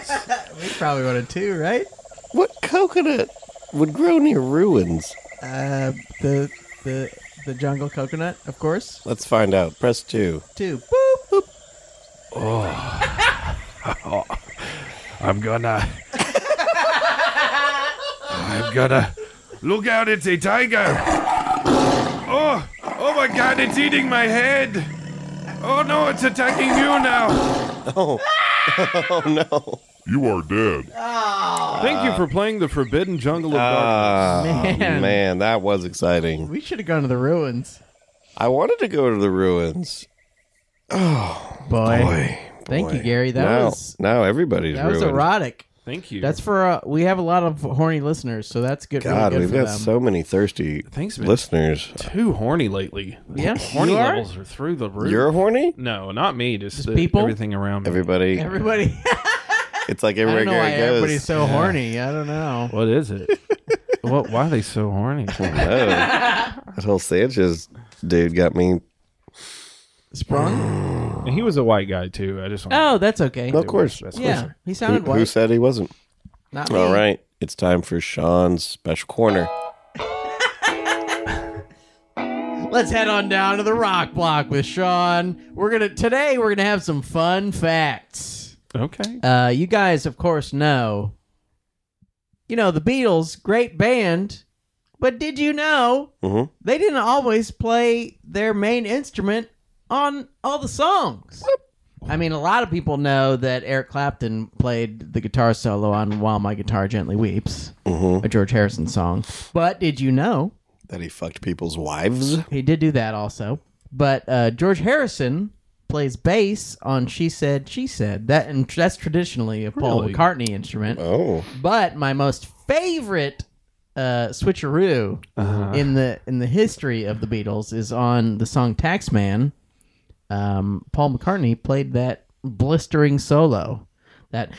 [SPEAKER 2] We probably wanted two, right?
[SPEAKER 4] what coconut would grow near ruins?
[SPEAKER 2] Uh, the the the jungle coconut, of course.
[SPEAKER 4] Let's find out. Press two.
[SPEAKER 2] Two. Boop. boop.
[SPEAKER 3] I'm gonna. I'm gonna. Look out, it's a tiger! Oh! Oh my god, it's eating my head! Oh no, it's attacking you now!
[SPEAKER 4] Oh no.
[SPEAKER 6] You are dead.
[SPEAKER 2] Ah.
[SPEAKER 3] Thank you for playing the Forbidden Jungle of
[SPEAKER 4] Ah,
[SPEAKER 2] Man.
[SPEAKER 4] man. that was exciting.
[SPEAKER 2] We should have gone to the ruins.
[SPEAKER 4] I wanted to go to the ruins.
[SPEAKER 2] Boy.
[SPEAKER 4] Boy.
[SPEAKER 2] Thank you, Gary. That
[SPEAKER 4] now,
[SPEAKER 2] was
[SPEAKER 4] now everybody's
[SPEAKER 2] that was
[SPEAKER 4] ruined.
[SPEAKER 2] erotic.
[SPEAKER 3] Thank you.
[SPEAKER 2] That's for uh, we have a lot of horny listeners, so that's good. really
[SPEAKER 4] God,
[SPEAKER 2] good
[SPEAKER 4] we've
[SPEAKER 2] for
[SPEAKER 4] got
[SPEAKER 2] them.
[SPEAKER 4] so many thirsty
[SPEAKER 3] Thanks, man.
[SPEAKER 4] listeners.
[SPEAKER 3] too horny lately.
[SPEAKER 2] Yeah,
[SPEAKER 3] Horny
[SPEAKER 2] you are?
[SPEAKER 3] levels are through the roof.
[SPEAKER 4] You're horny?
[SPEAKER 3] no, not me. Just,
[SPEAKER 2] Just
[SPEAKER 3] the-
[SPEAKER 2] people?
[SPEAKER 3] Everything around me.
[SPEAKER 4] Everybody.
[SPEAKER 2] Everybody,
[SPEAKER 4] It's like
[SPEAKER 2] I
[SPEAKER 4] everywhere
[SPEAKER 2] don't know why
[SPEAKER 4] Gary goes.
[SPEAKER 2] everybody's so horny. I don't know.
[SPEAKER 3] What is it? what? Why are they so horny?
[SPEAKER 4] Oh. that whole Sanchez dude got me.
[SPEAKER 2] Sprung?
[SPEAKER 3] And he was a white guy too. I just want.
[SPEAKER 2] Oh, that's okay.
[SPEAKER 4] Of course.
[SPEAKER 2] Yeah, he
[SPEAKER 4] Who,
[SPEAKER 2] sounded
[SPEAKER 4] who
[SPEAKER 2] white.
[SPEAKER 4] said he wasn't?
[SPEAKER 2] Not me.
[SPEAKER 4] All right. It's time for Sean's special corner.
[SPEAKER 2] Let's head on down to the rock block with Sean. We're gonna today. We're gonna have some fun facts.
[SPEAKER 3] Okay.
[SPEAKER 2] Uh, you guys, of course, know. You know the Beatles, great band, but did you know
[SPEAKER 4] Mhm.
[SPEAKER 2] they didn't always play their main instrument on all the songs? I mean, a lot of people know that Eric Clapton played the guitar solo on "While My Guitar Gently Weeps," a George Harrison song. But did you know
[SPEAKER 4] That he fucked people's wives.
[SPEAKER 2] he did do that also. But uh, George Harrison plays bass on "She Said, She Said." That and that's traditionally a Paul
[SPEAKER 3] Really?
[SPEAKER 2] McCartney instrument.
[SPEAKER 4] Oh.
[SPEAKER 2] But my most favorite uh, switcheroo
[SPEAKER 4] Uh-huh.
[SPEAKER 2] in the in the history of the Beatles is on the song "Taxman." Um, Paul McCartney played that blistering solo. That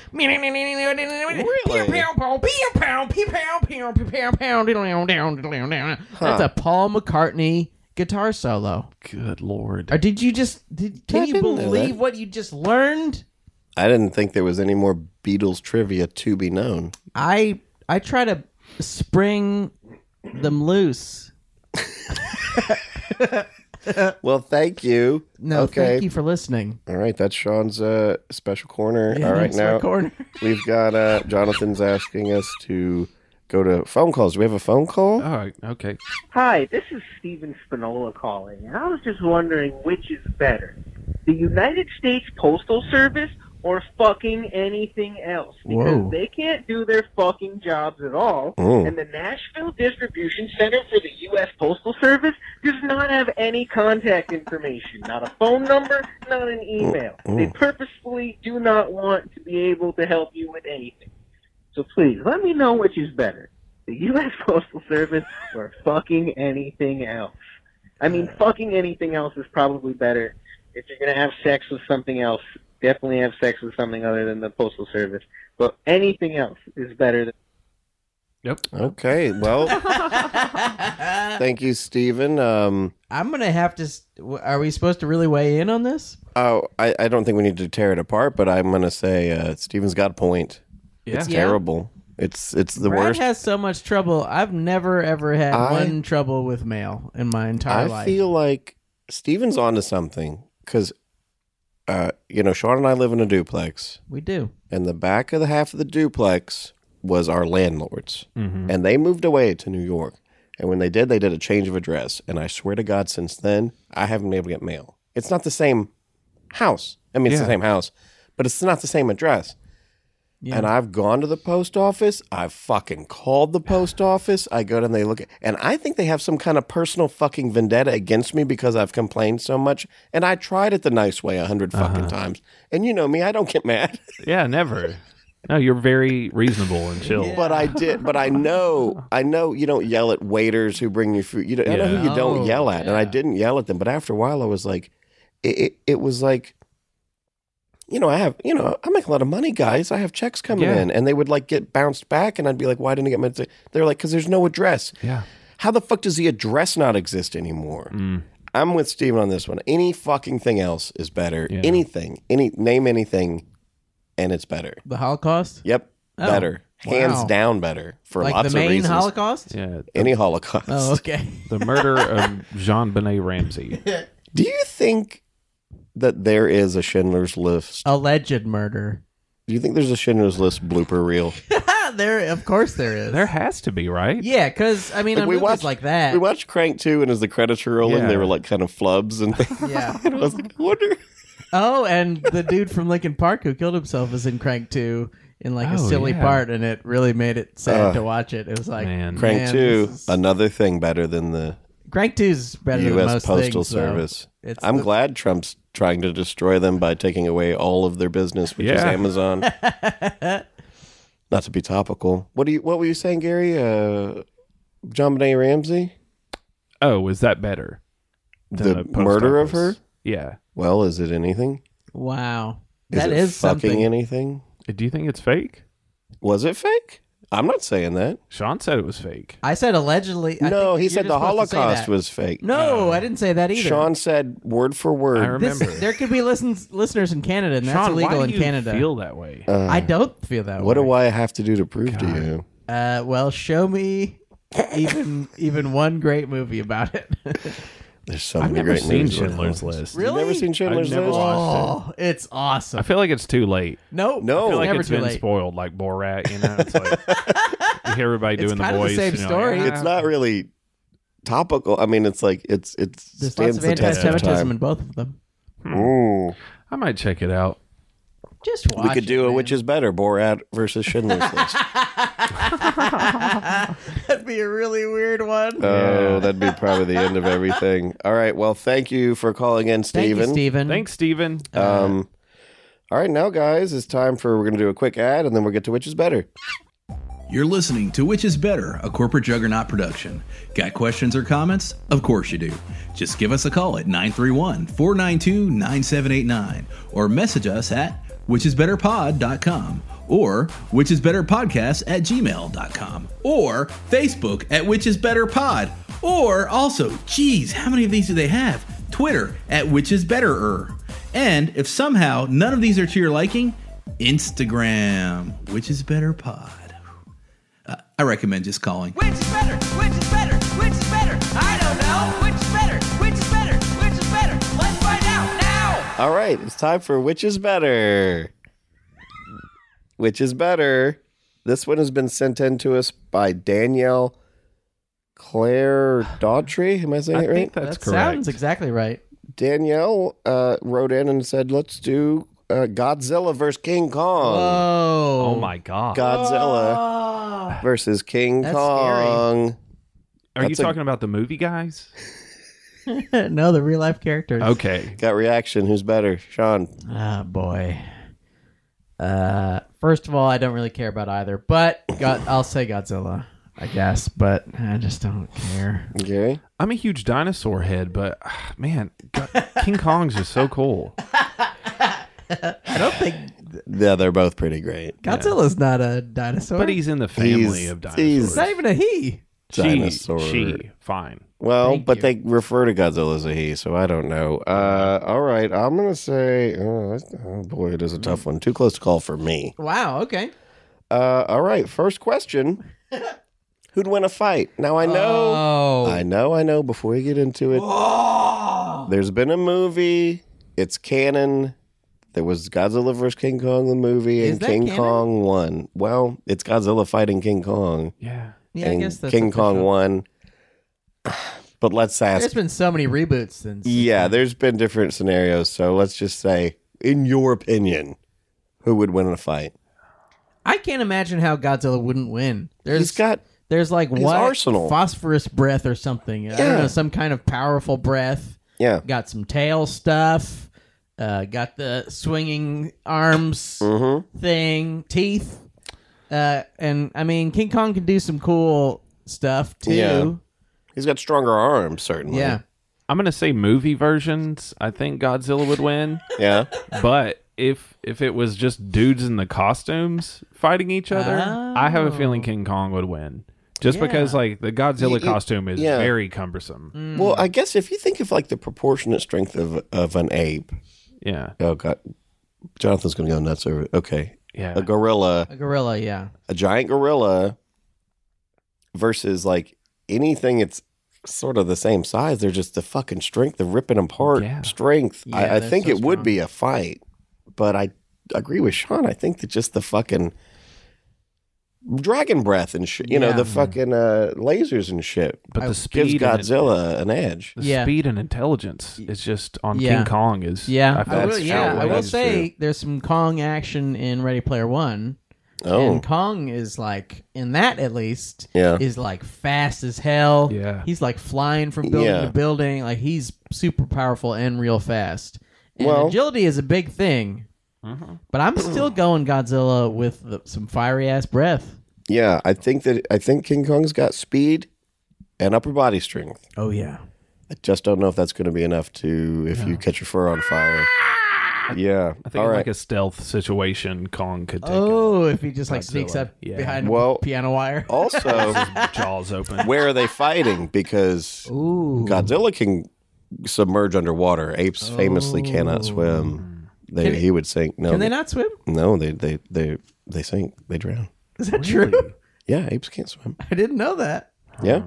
[SPEAKER 2] That's a Paul McCartney guitar solo.
[SPEAKER 3] Good lord.
[SPEAKER 2] Or did you just did, can
[SPEAKER 4] I
[SPEAKER 2] you
[SPEAKER 4] didn't know that.
[SPEAKER 2] believe what you just learned?
[SPEAKER 4] I didn't think there was any more Beatles trivia to be known.
[SPEAKER 2] I I try to spring them loose.
[SPEAKER 4] Well, thank you.
[SPEAKER 2] No,
[SPEAKER 4] okay.
[SPEAKER 2] thank you for listening.
[SPEAKER 4] All right, that's Sean's uh, special corner. All right,
[SPEAKER 2] That's my
[SPEAKER 4] now
[SPEAKER 2] corner.
[SPEAKER 4] we've got uh, Jonathan's asking us to go to phone calls. Do we have a phone call?
[SPEAKER 2] Uh-huh.
[SPEAKER 3] All right. Okay.
[SPEAKER 7] Hi, this is Steven Spinola calling, and I was just wondering which is better, the United States Postal Service or fucking anything else, because
[SPEAKER 2] Whoa.
[SPEAKER 7] they can't do their fucking jobs at all.
[SPEAKER 4] Mm.
[SPEAKER 7] And the Nashville Distribution Center for the U.S. Postal Service does not have any contact information, not a phone number, not an email. They purposefully do not want to be able to help you with anything. So please, let me know which is better, the U.S. Postal Service or fucking anything else. I mean, fucking anything else is probably better. If you're gonna have sex with something else, definitely have sex with something other than the postal service. But anything else is better than
[SPEAKER 4] Okay. Well, thank you, Stephen. Um,
[SPEAKER 2] I'm gonna have to. s- w- Are we supposed to really weigh in on this?
[SPEAKER 4] oh, I, I don't think we need to tear it apart, but I'm going to say uh, Stephen's got a point.
[SPEAKER 3] Yeah.
[SPEAKER 4] It's
[SPEAKER 2] Yeah.
[SPEAKER 4] terrible. It's it's the
[SPEAKER 2] Brad
[SPEAKER 4] worst.
[SPEAKER 2] has so much trouble. I've never ever had
[SPEAKER 4] I-
[SPEAKER 2] one trouble with mail in my entire
[SPEAKER 4] I
[SPEAKER 2] life.
[SPEAKER 4] feel like Steven's onto something because, uh, you know, Sean and I live in a duplex,
[SPEAKER 2] we do.
[SPEAKER 4] and the back of the half of the duplex was our landlords,
[SPEAKER 3] Mhm.
[SPEAKER 4] and they moved away to New York. And when they did, they did a change of address. And I swear to God, since then, I haven't been able to get mail. It's not the same house. I mean, it's the
[SPEAKER 3] Yeah.
[SPEAKER 4] same house, but it's not the same address.
[SPEAKER 2] Yeah.
[SPEAKER 4] And I've gone to the post office. I've fucking called the post office. I go down, they look at, and I think they have some kind of personal fucking vendetta against me because I've complained so much. And I tried it the nice way a hundred fucking times. And you know me, I don't get mad.
[SPEAKER 3] Yeah, never. No, you're very reasonable and chill.
[SPEAKER 4] But I did. But I know, I know you don't yell at waiters who bring you food. You don't, I know who you
[SPEAKER 2] Yeah.
[SPEAKER 4] don't
[SPEAKER 3] Oh,
[SPEAKER 4] yell at, and I
[SPEAKER 2] Yeah.
[SPEAKER 4] didn't yell at them. But after a while, I was like, it, it, it was like, you know, I have, you know, I make a lot of money, guys. I have checks coming
[SPEAKER 3] Yeah.
[SPEAKER 4] in, and they would like get bounced back, and I'd be like, why didn't I get my? They're like, because there's no address.
[SPEAKER 3] Yeah.
[SPEAKER 4] How the fuck does the address not exist anymore?
[SPEAKER 3] Mm.
[SPEAKER 4] I'm with Steven on this one. Any fucking thing else is better.
[SPEAKER 3] Yeah.
[SPEAKER 4] Anything, any name anything, and it's better.
[SPEAKER 2] the Holocaust,
[SPEAKER 4] Yep,
[SPEAKER 2] Oh,
[SPEAKER 4] better,
[SPEAKER 2] wow.
[SPEAKER 4] hands down, better for
[SPEAKER 2] like
[SPEAKER 4] lots
[SPEAKER 2] the main
[SPEAKER 4] of reasons.
[SPEAKER 2] Holocaust.
[SPEAKER 3] Yeah. The,
[SPEAKER 4] Any Holocaust.
[SPEAKER 2] Oh, okay.
[SPEAKER 3] the murder of Jean Benet Ramsey.
[SPEAKER 4] Do you think that there is a Schindler's List?
[SPEAKER 2] Alleged murder.
[SPEAKER 4] Do you think there's a Schindler's List blooper reel?
[SPEAKER 2] there, of course, there is.
[SPEAKER 3] There has to be, right?
[SPEAKER 2] yeah, because I mean,
[SPEAKER 4] Like,
[SPEAKER 2] on
[SPEAKER 4] we
[SPEAKER 2] movies
[SPEAKER 4] watched-
[SPEAKER 2] like that.
[SPEAKER 4] We watched Crank 2, and as the credits were rolling, they
[SPEAKER 3] Yeah.
[SPEAKER 4] were like kind of flubs and things.
[SPEAKER 2] yeah.
[SPEAKER 4] I was like, I wonder.
[SPEAKER 2] Oh, and the dude from Lincoln Park who killed himself is in Crank Two in like a
[SPEAKER 3] Oh,
[SPEAKER 2] silly
[SPEAKER 3] yeah.
[SPEAKER 2] part, and it really made it sad
[SPEAKER 4] Ugh.
[SPEAKER 2] to watch it. It was like
[SPEAKER 3] Man.
[SPEAKER 4] Crank
[SPEAKER 2] man,
[SPEAKER 4] 2,
[SPEAKER 2] this is-
[SPEAKER 4] another thing better than the
[SPEAKER 2] Crank Two's better than
[SPEAKER 4] U.S.
[SPEAKER 2] most
[SPEAKER 4] Postal
[SPEAKER 2] things, though.
[SPEAKER 4] Service.
[SPEAKER 2] It's
[SPEAKER 4] I'm
[SPEAKER 2] the-
[SPEAKER 4] glad Trump's trying to destroy them by taking away all of their business, which is
[SPEAKER 3] Yeah.
[SPEAKER 4] Amazon. Not to be topical. What do you? What were you saying, Gary? Uh, John Benet Ramsey,
[SPEAKER 3] Oh, is that better? than
[SPEAKER 4] the
[SPEAKER 3] post
[SPEAKER 4] murder of her.
[SPEAKER 3] office? Yeah.
[SPEAKER 4] Well, is it anything?
[SPEAKER 2] Wow,
[SPEAKER 4] Is
[SPEAKER 2] that
[SPEAKER 4] it
[SPEAKER 2] is
[SPEAKER 4] fucking
[SPEAKER 2] something.
[SPEAKER 4] anything?
[SPEAKER 3] Do you think it's fake?
[SPEAKER 4] Was it fake? I'm not saying that.
[SPEAKER 3] Sean said it was fake.
[SPEAKER 2] I said allegedly. I
[SPEAKER 4] no,
[SPEAKER 2] think
[SPEAKER 4] he
[SPEAKER 2] you're
[SPEAKER 4] said
[SPEAKER 2] just
[SPEAKER 4] the
[SPEAKER 2] supposed to say
[SPEAKER 4] Holocaust
[SPEAKER 2] that.
[SPEAKER 4] was fake.
[SPEAKER 2] No, I didn't say that either.
[SPEAKER 4] Sean said word for word.
[SPEAKER 3] I Oh. remember.
[SPEAKER 2] This, there could be listens, listeners in Canada, and that's
[SPEAKER 3] Sean,
[SPEAKER 2] illegal
[SPEAKER 3] why
[SPEAKER 2] in
[SPEAKER 3] do you
[SPEAKER 2] Canada.
[SPEAKER 3] feel that way?
[SPEAKER 4] Uh,
[SPEAKER 2] I don't feel that
[SPEAKER 4] what
[SPEAKER 2] way.
[SPEAKER 4] do I have to do to prove to you?
[SPEAKER 2] Uh, well, show me even even one great movie about it.
[SPEAKER 4] There's so
[SPEAKER 3] I've
[SPEAKER 4] many
[SPEAKER 3] never
[SPEAKER 4] great
[SPEAKER 3] seen
[SPEAKER 4] movies.
[SPEAKER 3] Schindler's List.
[SPEAKER 4] You've
[SPEAKER 2] really?
[SPEAKER 4] never seen Schindler's
[SPEAKER 3] never
[SPEAKER 4] List?
[SPEAKER 3] watched-
[SPEAKER 2] Oh, it's awesome.
[SPEAKER 3] I feel like it's too late.
[SPEAKER 2] no,
[SPEAKER 3] I
[SPEAKER 4] No. I feel
[SPEAKER 3] feel like
[SPEAKER 2] never
[SPEAKER 3] it's
[SPEAKER 2] too
[SPEAKER 3] been
[SPEAKER 2] late.
[SPEAKER 3] spoiled like Borat, you know? It's like you hear everybody
[SPEAKER 2] It's
[SPEAKER 3] doing the
[SPEAKER 2] kind of the
[SPEAKER 3] voice.
[SPEAKER 2] same
[SPEAKER 3] you know,
[SPEAKER 2] story.
[SPEAKER 3] Like,
[SPEAKER 4] It's not really topical. I mean, it's like it's it
[SPEAKER 2] There's
[SPEAKER 4] stands
[SPEAKER 2] lots of
[SPEAKER 4] the test of
[SPEAKER 2] anti-Semitism in
[SPEAKER 4] time.
[SPEAKER 2] both of them.
[SPEAKER 4] Ooh.
[SPEAKER 3] I might check it out.
[SPEAKER 2] Just watch.
[SPEAKER 4] We could do
[SPEAKER 2] it,
[SPEAKER 4] a
[SPEAKER 2] man.
[SPEAKER 4] which is better, Borat versus Schindler's List.
[SPEAKER 2] That'd be a really weird one.
[SPEAKER 4] Oh, that'd be probably the end of everything. All right. Well, thank you for calling in,
[SPEAKER 2] Thank
[SPEAKER 4] Steven.
[SPEAKER 2] you, Steven.
[SPEAKER 3] Thanks, Steven.
[SPEAKER 4] Um, all right, now, guys, it's time for we're going to do a quick ad and then we'll get to which is better.
[SPEAKER 1] You're listening to Which is Better, a corporate juggernaut production. Got questions or comments? Of course you do. Just give us a call at 931 492 9789 or message us at whichisbetterpod.com or whichisbetterpodcast at gmail.com or Facebook at whichisbetterpod or also, geez, how many of these do they have? Twitter at whichisbetterer. And if somehow none of these are to your liking, Instagram, which is better pod. I recommend just calling.
[SPEAKER 6] Which is better? Which is better? Which is better? I don't know. Which is better? Which is better? Which is better? Let's find out now.
[SPEAKER 4] All right, it's time for which is better. Which is better? This one has been sent in to us by Danielle Claire Daughtry. Am I saying
[SPEAKER 3] I
[SPEAKER 4] it right?
[SPEAKER 3] think that's
[SPEAKER 2] that
[SPEAKER 3] correct.
[SPEAKER 2] sounds exactly right.
[SPEAKER 4] Danielle uh, wrote in and said, "Let's do uh, Godzilla versus King Kong.
[SPEAKER 2] Oh,
[SPEAKER 3] oh my god.
[SPEAKER 4] Godzilla versus King
[SPEAKER 2] That's
[SPEAKER 4] Kong."
[SPEAKER 3] Are you
[SPEAKER 4] That's a-
[SPEAKER 3] talking about the movie guys?
[SPEAKER 2] no, the real life characters.
[SPEAKER 3] Okay.
[SPEAKER 4] Got reaction. Who's better, Sean?
[SPEAKER 2] Ah, boy. Uh, first of all, I don't really care about either, but God, I'll say Godzilla, I guess, but I just don't care.
[SPEAKER 4] Okay.
[SPEAKER 3] I'm a huge dinosaur head, but ah, man, God, King Kong's is so cool.
[SPEAKER 2] I don't think
[SPEAKER 4] Yeah, they're both pretty great.
[SPEAKER 2] Godzilla's not a dinosaur.
[SPEAKER 3] But he's in the family
[SPEAKER 4] He's-
[SPEAKER 3] of
[SPEAKER 4] he's-
[SPEAKER 2] it's
[SPEAKER 3] dinosaurs.
[SPEAKER 2] not even a he.
[SPEAKER 3] She-
[SPEAKER 4] Dinosaur.
[SPEAKER 3] She. Fine.
[SPEAKER 4] Well,
[SPEAKER 2] Thank
[SPEAKER 4] but
[SPEAKER 2] you.
[SPEAKER 4] they refer to Godzilla as a he, so I don't know. Uh,
[SPEAKER 2] Uh-huh.
[SPEAKER 4] all right, I'm gonna say, oh, that's- oh boy, it is a tough one. Too close to call for me.
[SPEAKER 2] Wow. Okay.
[SPEAKER 4] Uh, all right, first question: Who'd win a fight? Now I know,
[SPEAKER 2] Oh.
[SPEAKER 4] I know, I know. Before we get into it, there's been a movie. It's canon. There was Godzilla vs King Kong the movie,
[SPEAKER 2] Is
[SPEAKER 4] and
[SPEAKER 2] that
[SPEAKER 4] King
[SPEAKER 2] canon?
[SPEAKER 4] Kong won. Well, it's Godzilla fighting King Kong,
[SPEAKER 3] Yeah.
[SPEAKER 2] yeah, I
[SPEAKER 4] and
[SPEAKER 2] guess that's
[SPEAKER 4] King
[SPEAKER 2] official.
[SPEAKER 4] Kong won. But let's ask
[SPEAKER 2] There's been so many reboots since.
[SPEAKER 4] Yeah, there's been different scenarios. So let's just say, in your opinion, who would win in a fight?
[SPEAKER 2] I can't imagine how Godzilla wouldn't win. There's
[SPEAKER 4] He's got
[SPEAKER 2] there's like
[SPEAKER 4] his
[SPEAKER 2] what
[SPEAKER 4] arsenal.
[SPEAKER 2] phosphorus breath or something. I
[SPEAKER 4] Yeah.
[SPEAKER 2] don't know, some kind of powerful breath.
[SPEAKER 4] yeah,
[SPEAKER 2] Got some tail stuff. Uh, got the swinging arms
[SPEAKER 4] Mm-hmm.
[SPEAKER 2] thing, teeth. Uh, and I mean, King Kong can do some cool stuff too.
[SPEAKER 4] Yeah. he's got stronger arms certainly.
[SPEAKER 2] Yeah.
[SPEAKER 3] I'm gonna say movie versions. I think Godzilla would win,
[SPEAKER 4] yeah.
[SPEAKER 3] but if if it was just dudes in the costumes fighting each other, I have a
[SPEAKER 2] Oh.
[SPEAKER 3] feeling King Kong would win. Just because like the Godzilla
[SPEAKER 4] Y- y-
[SPEAKER 3] costume is
[SPEAKER 4] yeah.
[SPEAKER 3] very cumbersome.
[SPEAKER 2] Mm.
[SPEAKER 4] Well, I guess if you think of like the proportionate strength of of an ape,
[SPEAKER 3] Yeah.
[SPEAKER 4] oh god, Jonathan's gonna go nuts over. Okay,
[SPEAKER 3] Yeah.
[SPEAKER 4] a gorilla,
[SPEAKER 2] A gorilla, yeah.
[SPEAKER 4] a giant gorilla, versus like anything that's sort of the same size. They're just the fucking strength, the ripping apart
[SPEAKER 3] Yeah.
[SPEAKER 4] strength.
[SPEAKER 2] Yeah,
[SPEAKER 4] I, I
[SPEAKER 2] they're
[SPEAKER 4] think
[SPEAKER 2] so
[SPEAKER 4] it would
[SPEAKER 2] strong.
[SPEAKER 4] be a fight, but I agree with Sean. I think that just the fucking dragon breath and shit, you know,
[SPEAKER 2] Yeah.
[SPEAKER 4] the fucking uh, lasers and shit
[SPEAKER 3] but the
[SPEAKER 4] gives
[SPEAKER 3] speed and-
[SPEAKER 4] Godzilla an edge.
[SPEAKER 3] the
[SPEAKER 2] Yeah.
[SPEAKER 3] speed and intelligence is just on
[SPEAKER 2] Yeah.
[SPEAKER 3] King Kong is
[SPEAKER 2] Yeah,
[SPEAKER 3] feel
[SPEAKER 2] I, will,
[SPEAKER 4] that's
[SPEAKER 2] yeah.
[SPEAKER 4] true.
[SPEAKER 2] I will
[SPEAKER 4] That's
[SPEAKER 2] say
[SPEAKER 4] true.
[SPEAKER 2] there's some Kong action in Ready Player One,
[SPEAKER 4] Oh,
[SPEAKER 2] and Kong is like in that at least
[SPEAKER 4] Yeah.
[SPEAKER 2] is like fast as hell.
[SPEAKER 3] Yeah.
[SPEAKER 2] he's like flying from building
[SPEAKER 4] Yeah.
[SPEAKER 2] to building. Like he's super powerful and real fast. And
[SPEAKER 4] Well-
[SPEAKER 2] agility is a big thing, but I'm still going Godzilla with the, some fiery ass breath.
[SPEAKER 4] Oh, yeah. I think that I think King Kong's got speed and upper body strength.
[SPEAKER 2] Oh yeah,
[SPEAKER 4] I just don't know if that's going to be enough to if you catch your fur on fire. Yeah.
[SPEAKER 3] I think
[SPEAKER 4] All
[SPEAKER 3] in,
[SPEAKER 4] right.
[SPEAKER 3] like a stealth situation Kong could take
[SPEAKER 2] Oh, if he just like sneaks
[SPEAKER 3] Godzilla.
[SPEAKER 2] up
[SPEAKER 3] Yeah.
[SPEAKER 2] behind
[SPEAKER 4] Well- oh,
[SPEAKER 2] a piano wire.
[SPEAKER 4] also,
[SPEAKER 3] it. jaws open.
[SPEAKER 4] where are they fighting? Because
[SPEAKER 2] Ooh,
[SPEAKER 4] Godzilla can submerge underwater. Apes famously cannot swim. They,
[SPEAKER 2] Oh. Can-
[SPEAKER 4] he would sink. No,
[SPEAKER 2] can they not swim?
[SPEAKER 4] No, they they they they sink. They drown.
[SPEAKER 2] Is that true?
[SPEAKER 4] Yeah, apes can't swim.
[SPEAKER 2] I didn't know that.
[SPEAKER 4] Yeah.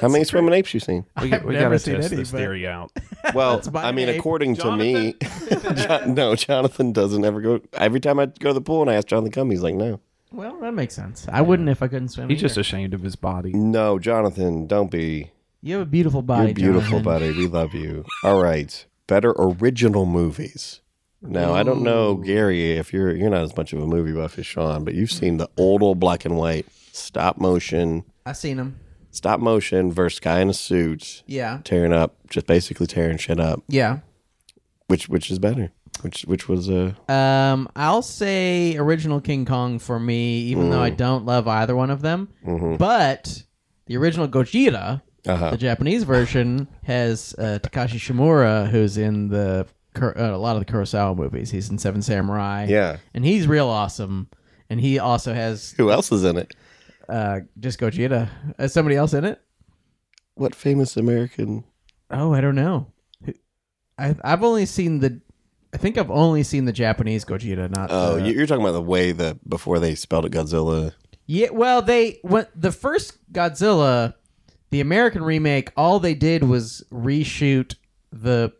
[SPEAKER 4] How many swimming apes you seen?
[SPEAKER 3] we
[SPEAKER 2] I've
[SPEAKER 3] we
[SPEAKER 2] never
[SPEAKER 3] gotta
[SPEAKER 2] seen
[SPEAKER 3] test
[SPEAKER 2] any,
[SPEAKER 3] this
[SPEAKER 2] but-
[SPEAKER 3] theory out.
[SPEAKER 4] Well,
[SPEAKER 2] my
[SPEAKER 4] I mean,
[SPEAKER 2] name.
[SPEAKER 4] according to me, Jon- no, Jonathan doesn't ever go. Every time I go to the pool and I ask Jonathan to come, he's like, no,
[SPEAKER 2] Well, that makes sense. I wouldn't if I couldn't swim.
[SPEAKER 3] He's just
[SPEAKER 2] either.
[SPEAKER 3] ashamed of his body.
[SPEAKER 4] no, Jonathan, don't be.
[SPEAKER 2] you have a beautiful body.
[SPEAKER 4] You're beautiful,
[SPEAKER 2] Jonathan.
[SPEAKER 4] buddy. We love you. All right. Better original movies. Now I don't know, Gary, if you're you're not as much of a movie buff as Sean, but you've seen the old old black and white stop motion,
[SPEAKER 2] I seen him.
[SPEAKER 4] stop motion versus guy in a suit
[SPEAKER 2] Yeah,
[SPEAKER 4] tearing up, just basically tearing shit up.
[SPEAKER 2] yeah.
[SPEAKER 4] Which which is better? Which which was uh
[SPEAKER 2] Um, I'll say original King Kong for me, even though I
[SPEAKER 4] Mm.
[SPEAKER 2] don't love either one of them.
[SPEAKER 4] Mm-hmm.
[SPEAKER 2] But the original Gojira,
[SPEAKER 4] Uh-huh.
[SPEAKER 2] the Japanese version, has uh, Takashi Shimura, who's in the Kur- uh, a lot of the Kurosawa movies. He's in Seven Samurai.
[SPEAKER 4] Yeah.
[SPEAKER 2] and he's real awesome. And he also has
[SPEAKER 4] who else is in it?
[SPEAKER 2] uh, just Gojira. Is somebody else in it?
[SPEAKER 4] What famous American
[SPEAKER 2] Oh, I don't know. I I've only seen the I think I've only seen the Japanese Gogeta, not
[SPEAKER 4] Oh,
[SPEAKER 2] the-
[SPEAKER 4] you- you're talking about the way the before they spelled it Godzilla.
[SPEAKER 2] Yeah, well, they when the first Godzilla, the American remake, all they did was reshoot the